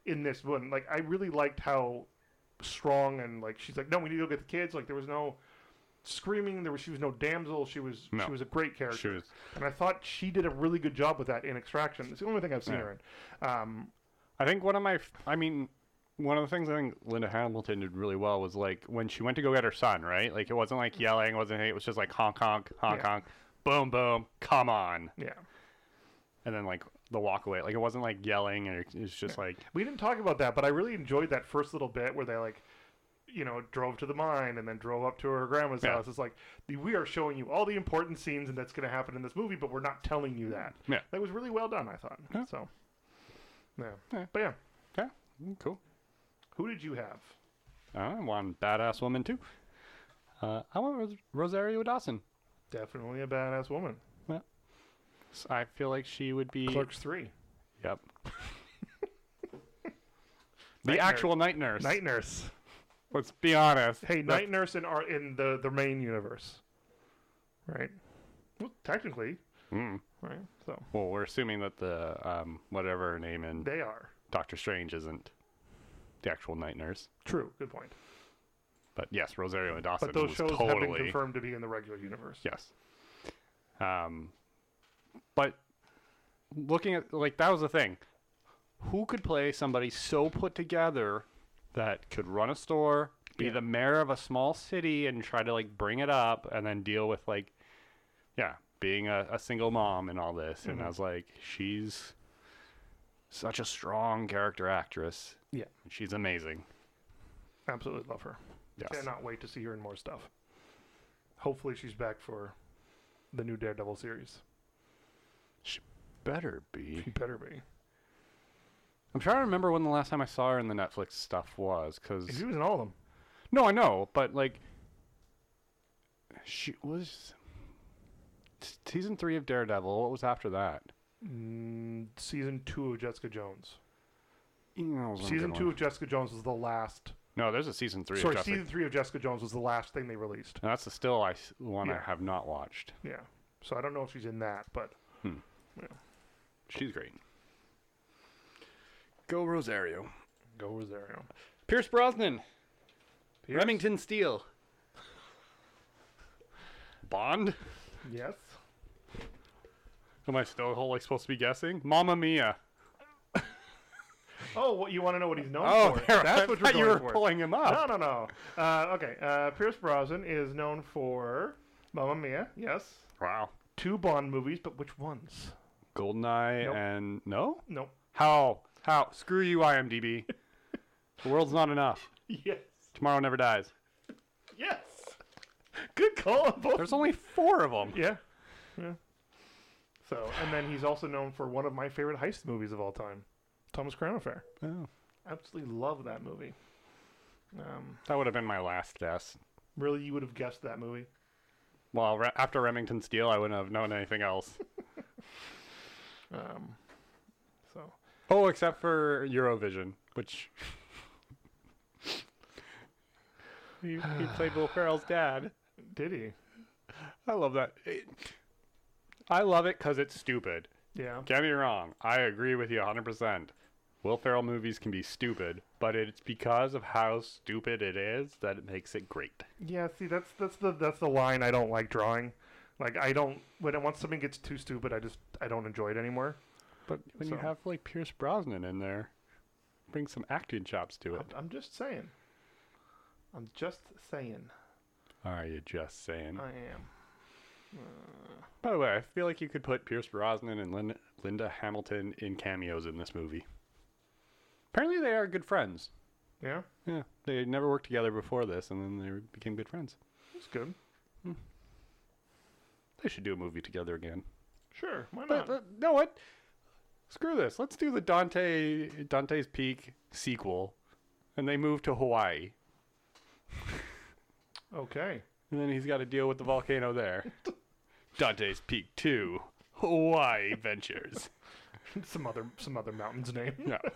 in this one. Like I really liked how strong and like she's like no we need to go get the kids. Like there was no screaming. There was she was no damsel. She was No. she was a great character. she was. And I thought she did a really good job with that in Extraction. It's the only thing I've seen Yeah. her in. Um, I think one of my. f- I mean, one of the things I think Linda Hamilton did really well was like when she went to go get her son, right? Like it wasn't like yelling, it wasn't. It was just like honk, honk, honk, Mm-hmm. Yeah. honk, boom, boom, come on, yeah. and then like the walk away. Like it wasn't like yelling, and it's just like We didn't talk about that, but I really enjoyed that first little bit where they like, you know, drove to the mine and then drove up to her grandma's Yeah. house. It's like the- we are showing you all the important scenes and that's going to happen in this movie, but we're not telling you that. Yeah. that was really well done. I thought Yeah. so. Yeah. Yeah. but yeah, yeah, mm, cool. who did you have? I want badass woman too. Uh, I want Ros- Rosario Dawson. Definitely a badass woman. S- I feel like she would be. Clerks three, (laughs) Yep. the Night actual night nurse. night nurse. Let's be honest. Hey, That's- night nurse in our in the the main universe, right? Well, technically, Mm. right? So Well, we're assuming that the um, whatever her name in they are Doctor Strange isn't the actual night nurse. true. Good point. But yes, Rosario and Dawson But those was shows have been totally confirmed to be in the regular universe. yes. Um, but looking at like that was the thing. Who could play somebody so put together that could run a store, be Yeah. the mayor of a small city, and try to like bring it up, and then deal with like, yeah, being a, a single mom and all this. And Mm-hmm. I was like, she's such a strong character actress. Yeah. She's amazing. Absolutely love her. Yes. Cannot wait to see her in more stuff. Hopefully she's back for the new Daredevil series. She better be. She better be. I'm trying to remember when the last time I saw her in the Netflix stuff was, because She was in all of them. no, I know, but like, She was t- season three of Daredevil. What was after that? Mm, season two of Jessica Jones. You know, it was on a Season good two one. of Jessica Jones was the last. No, there's a season three. sorry, of Jessica. season three of Jessica Jones was the last thing they released. That's the still I s- one Yeah. I have not watched. Yeah. So I don't know if she's in that, but She's great. Go Rosario. go Rosario. Pierce Brosnan. Pierce? Remington Steele. Bond. Yes. Am I still like supposed to be guessing? Mamma Mia. Oh, what you want to know what he's known for? Oh, (laughs) there- That's I what thought you you're were going for. pulling him up. No, no, no. Uh, okay. Uh, Pierce Brosnan is known for Mamma Mia. Yes. Wow. Two Bond movies, but which ones? Goldeneye Nope. and no. Nope. How? How? Screw you, IMDb. the world's not enough. Yes. Tomorrow never dies. Yes. Good call. on Both. There's only four of them. Yeah. Yeah. So, and then he's also known for one of my favorite heist movies of all time, Thomas Crown Affair. Oh, Absolutely love that movie. Um, that would have been my last guess. really, you would have guessed that movie. Well, re- after Remington Steele, I wouldn't have known anything else. (laughs) Um, so, oh, except for Eurovision, which (sighs) he, he played Will Ferrell's dad. did he? I love that. It- I love it because it's stupid. Yeah. Get me wrong. I agree with you 100%. Will Ferrell movies can be stupid, but it's because of how stupid it is that it makes it great. Yeah. See, that's that's the that's the line I don't like drawing. Like, I don't when it, once something gets too stupid, I just I don't enjoy it anymore. But when you So- have like Pierce Brosnan in there, bring some acting chops to I'm, it. I'm just saying. I'm just saying. Are you just saying? I am. By the way, I feel like you could put Pierce Brosnan and Lin- Linda Hamilton in cameos in this movie. Apparently, they are good friends. Yeah. Yeah, they had never worked together before this, and then they became good friends. It's good. They should do a movie together again. Sure. Why But, not? uh, no, what? Screw this. Let's do the Dante Dante's Peak sequel, and they move to Hawaii, Okay. (laughs) and then he's got to deal with the volcano there. Dante's Peak Two, Hawaii Ventures. some other some other mountain's name. (laughs) Yeah. (laughs)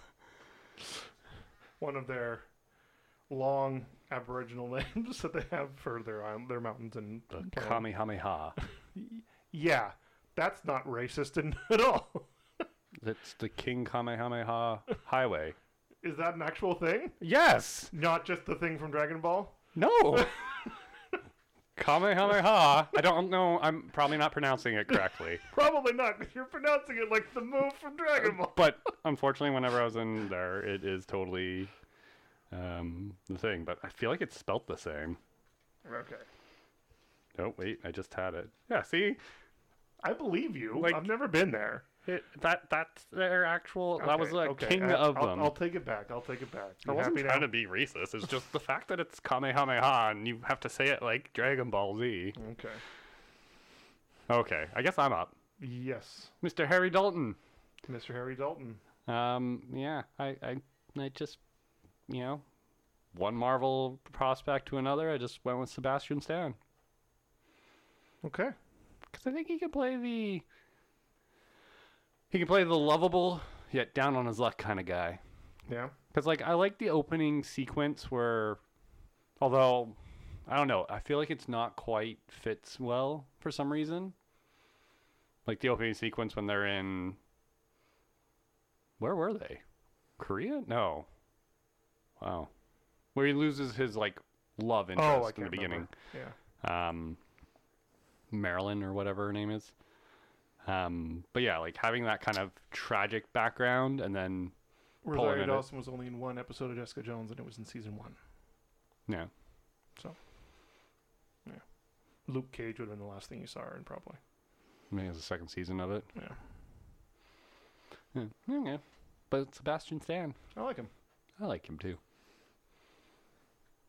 One of their long Aboriginal (laughs) names that they have for their island, their mountains and plains. Kamehameha. Yeah, that's not racist in, (laughs) at all. That's the King Kamehameha Highway. Is that an actual thing? Yes. Not just the thing from Dragon Ball? No. (laughs) Kamehameha. I don't know. I'm probably not pronouncing it correctly. Probably not, 'cause you're pronouncing it like the move from Dragon Ball. But unfortunately, whenever I was in there, it is totally um, the thing. But I feel like it's spelt the same. Okay. No, wait. I just had it. Yeah. See, I believe you. Like- I've never been there. it, that that's their actual. That was Okay, the okay, king I- of I'll, them. I'll take it back. I'll take it back. I You wasn't happy now? trying to be racist. It's just the fact that it's Kamehameha and you have to say it like Dragon Ball Z. Okay. Okay, I guess I'm up. Yes, Mr. Harry Dalton. Mr. Harry Dalton. Um, yeah, I, I, I just, you know, one Marvel prospect to another. I just went with Sebastian Stan Okay. because I think he can play the, he can play the lovable yet down on his luck kind of guy. Yeah. Because like I like the opening sequence where, although, I don't know, I feel like it's not quite fits well for some reason. Like the opening sequence when they're in. Where were they? Korea? No. Wow. Where he loses his like love interest Oh, I in the can't beginning. remember. Yeah. Um, Marilyn or whatever her name is. Um, but yeah, like having that kind of tragic background and then pulling Rosario at it. Dawson was only in one episode of Jessica Jones, and it was in season one. yeah. Luke Cage would have been the last thing you saw her in, probably. I think it was the second season of it. Yeah. Yeah. Okay. But Sebastian Stan, I like him. I like him too.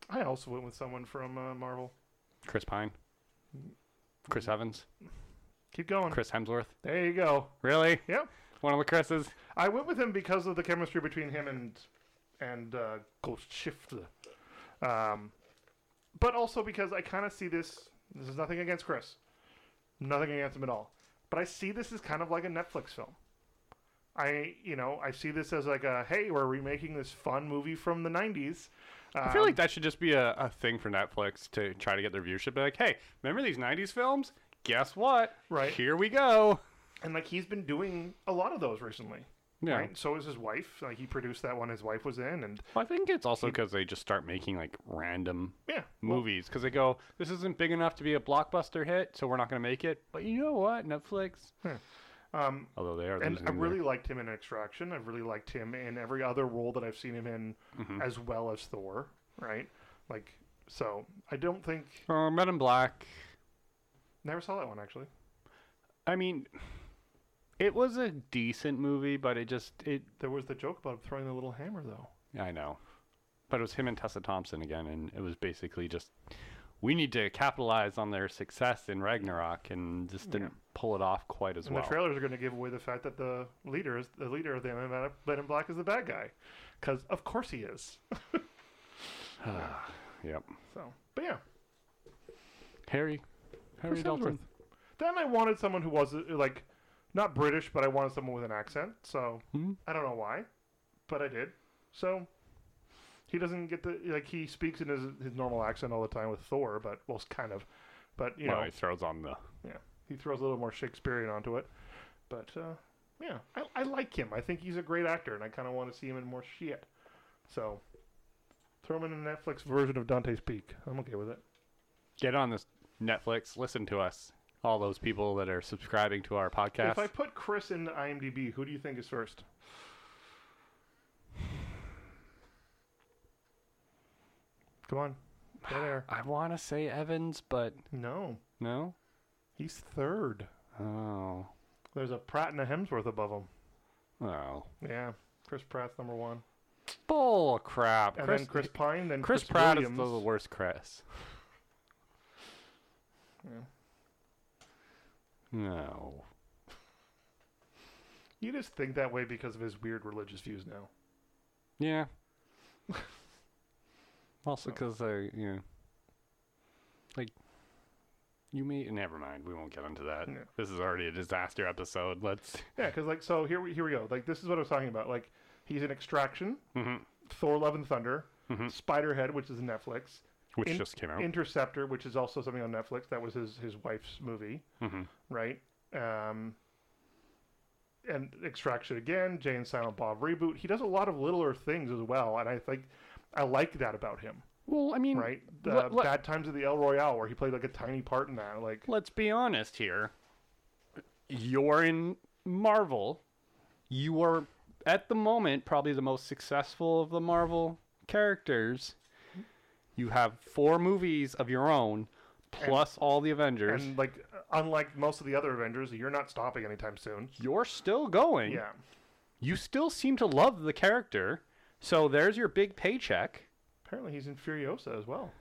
I also went with someone from uh, Marvel. Chris Pine, Chris Mm-hmm. Evans, Keep going. Chris Hemsworth. There you go. Really? Yep. One of the Chris's. I went with him because of the chemistry between him and and uh, Ghost Shift. Um, but also because I kind of see this This is nothing against Chris. Nothing against him at all. But I see this as kind of like a Netflix film. I, you know, I see this as like a hey, we're remaking this fun movie from the 90s. Um, I feel like that should just be a, a thing for Netflix to try to get their viewership. Like, hey, remember these '90s films? Guess what? um, Right. here we go. and like he's been doing a lot of those recently. Yeah. Right? So is his wife. Like he produced that one his wife was in and Well, I think it's also Mm-hmm. because they just start making like random yeah. movies because they go, this isn't big enough to be a blockbuster hit, so we're not going to make it. But you know what, Netflix. Um Although they are, and losing I their- really liked him in Extraction. I've really liked him in every other role that I've seen him in as well as Thor, right? Like so I don't think Uh, Men in Black. never saw that one actually. I mean, it was a decent movie, but it just it. There was the joke about him throwing the little hammer though. I know, but it was him and Tessa Thompson again, and it was basically just we need to capitalize on their success in Ragnarok, and just didn't pull it off quite as And well. the trailers are going to give away the fact that the leader is the leader of the MMA Men in Black is the bad guy, because of course he is. yep, So, but yeah, (sighs) Harry, Harry Chris Dalton. then I wanted someone who was uh, like not British, but I wanted someone with an accent. So Hmm? I don't know why, but I did. So he doesn't get the like he speaks in his his normal accent all the time with Thor, but well, it's kind of, but you well, know, he throws on the. yeah, he throws a little more Shakespearean onto it. But uh, yeah, I, I like him. I think he's a great actor, and I kind of want to see him in more shit. So throw him in a Netflix version of Dante's Peak. I'm okay with it. Get on this Netflix. Listen to us, all those people that are subscribing to our podcast. If I put Chris in IMDb, who do you think is first? (sighs) Come on, dead air. I want to say Evans, but No, no. he's third. Oh, There's a Pratt and a Hemsworth above him. oh, Yeah, Chris Pratt's number one, bull crap. and Chris, then Chris Pine, then Chris Chris, Pratt Williams. is the worst Chris. Yeah. No. You just think that way because of his weird religious views now. Yeah. (laughs) also, because I, you know, like, you may. Never mind. We won't get into that. No. This is already a disaster episode. (laughs) Let's. Yeah, because like so here we here we go. Like this is what I was talking about. Like he's in Extraction, Mhm. Thor: Love and Thunder, Mhm. Spiderhead, which is Netflix, Which In- just came out. Interceptor, which is also something on Netflix. That was his his wife's movie, hmm right? Um, and Extraction again, Jay and Silent Bob reboot. He does a lot of littler things as well, and I think I like that about him, Well, I mean, right? The Let- let- Bad Times of the El Royale, where he played like a tiny part in that, like let's be honest here. You're in Marvel. You are at the moment probably the most successful of the Marvel characters. You have four movies of your own, plus all the Avengers. and like unlike most of the other Avengers, you're not stopping anytime soon. You're still going. Yeah. You still seem to love the character. So there's your big paycheck. Apparently, he's in Furiosa as well,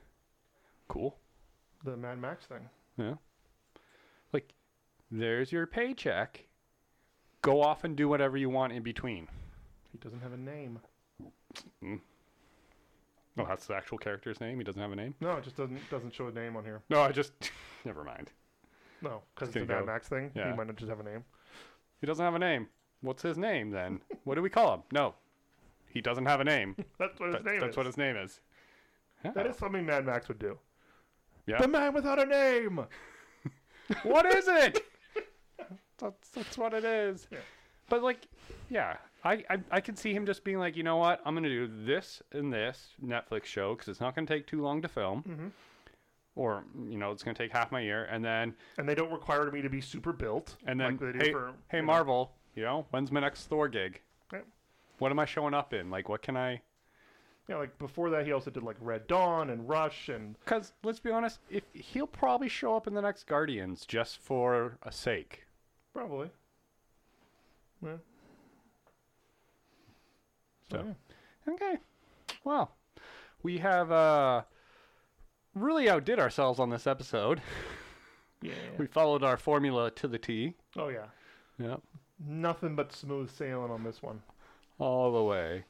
Cool. the Mad Max thing. Yeah. Like, there's your paycheck. Go off and do whatever you want in between. He doesn't have a name. Oh, that's the actual character's name. He doesn't have a name. No, it just doesn't doesn't show a name on here. No, I just (laughs) never mind. No, because Just it's the gonna Mad go- Max thing. yeah. He might not just have a name. He doesn't have a name. What's his name then? what do we call him? No, he doesn't have a name. That's (laughs) what his That- name that's is. what his name is. That Yeah. is something Mad Max would do. Yeah. The man without a name. (laughs) what is (laughs) it? That's that's what it is. Yeah. But like, yeah, I, I I can see him just being like, you know what, I'm gonna do this and this Netflix show because it's not gonna take too long to film, Mm-hmm. or you know, it's gonna take half my year, and then And they don't require me to be super built. and then like they do hey, for hey you know, Marvel, you know, when's my next Thor gig? Yeah. What am I showing up in? Like, what can I? Yeah, like before that, he also did like Red Dawn and Rush and Because let's be honest, if he'll probably show up in the next Guardians just for a sake. probably. Yeah. So, So. yeah. Okay. Well, we have uh, really outdid ourselves on this episode. (laughs) Yeah. We followed our formula to the T. Oh yeah. Yep. Nothing but smooth sailing on this one. All the way.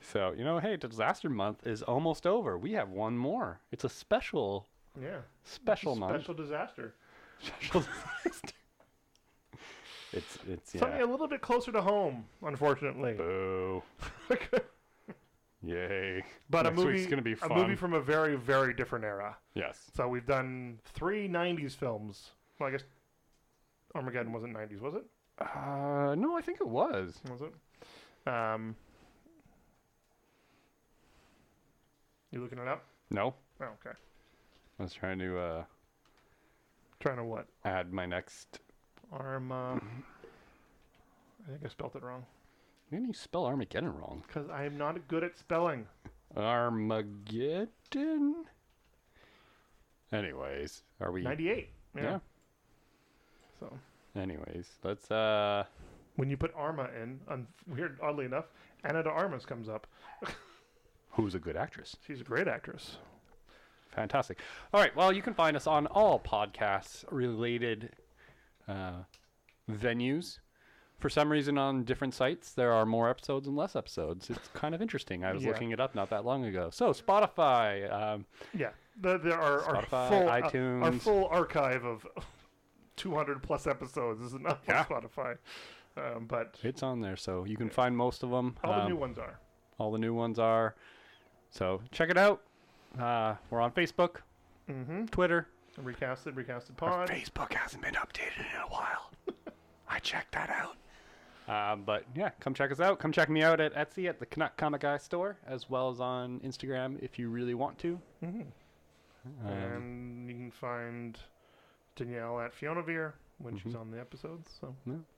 So, you know, hey, Disaster Month is almost over. We have one more. It's a special Yeah. special month. Special disaster. (laughs) Special disaster. (laughs) it's it's Something yeah. a little bit closer to home, unfortunately. Boo! (laughs) Yay! but a Next week's movie, gonna be a movie fun. from a very, very different era. Yes. So we've done three '90s films. Well, I guess Armageddon wasn't '90s, was it? Uh, no, I think it was. Was it? Um, you looking it up? No, Oh, okay. I was trying to uh, Trying to what? add my next. Arma. I think I spelt it wrong Why did you spell Armageddon wrong? because I am not good at spelling. Armageddon. Anyways, are we? '98. Yeah. Yeah. So Anyways, let's uh. when you put Arma in, un- weird, oddly enough, Anna de Armas comes up. Who's a good actress? She's a great actress. Fantastic. All right. Well, you can find us on all podcasts related uh, venues. For some reason, on different sites, there are more episodes and less episodes. It's kind of interesting. I was Yeah. looking it up not that long ago. So, Spotify, um, Yeah, there, there are our Spotify, full uh, our iTunes. full archive of (laughs) 200 plus episodes is not Yeah. on Spotify, um, but it's on there. So, you can find most of them. all the Um, new ones are. all the new ones are. So, check it out. Uh, we're on Facebook, Mm-hmm. Twitter. Recasted, recasted pod. Facebook hasn't been updated in a while. I checked that out. Um, but yeah, come check us out. Come check me out at Etsy at the Canuck Comic Guy store, as well as on Instagram if you really want to. Um, Mm-hmm. and you can find Danielle at Fiona Veer when she's on the episodes. So Mm-hmm. Yeah.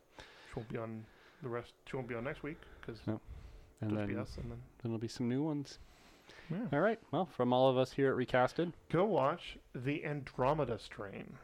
she won't be on the rest. She won't be on next week because No, and it'll then be us. And then then there'll be some new ones. Yeah. All right. Well, from all of us here at Recasted, go watch the Andromeda Strain.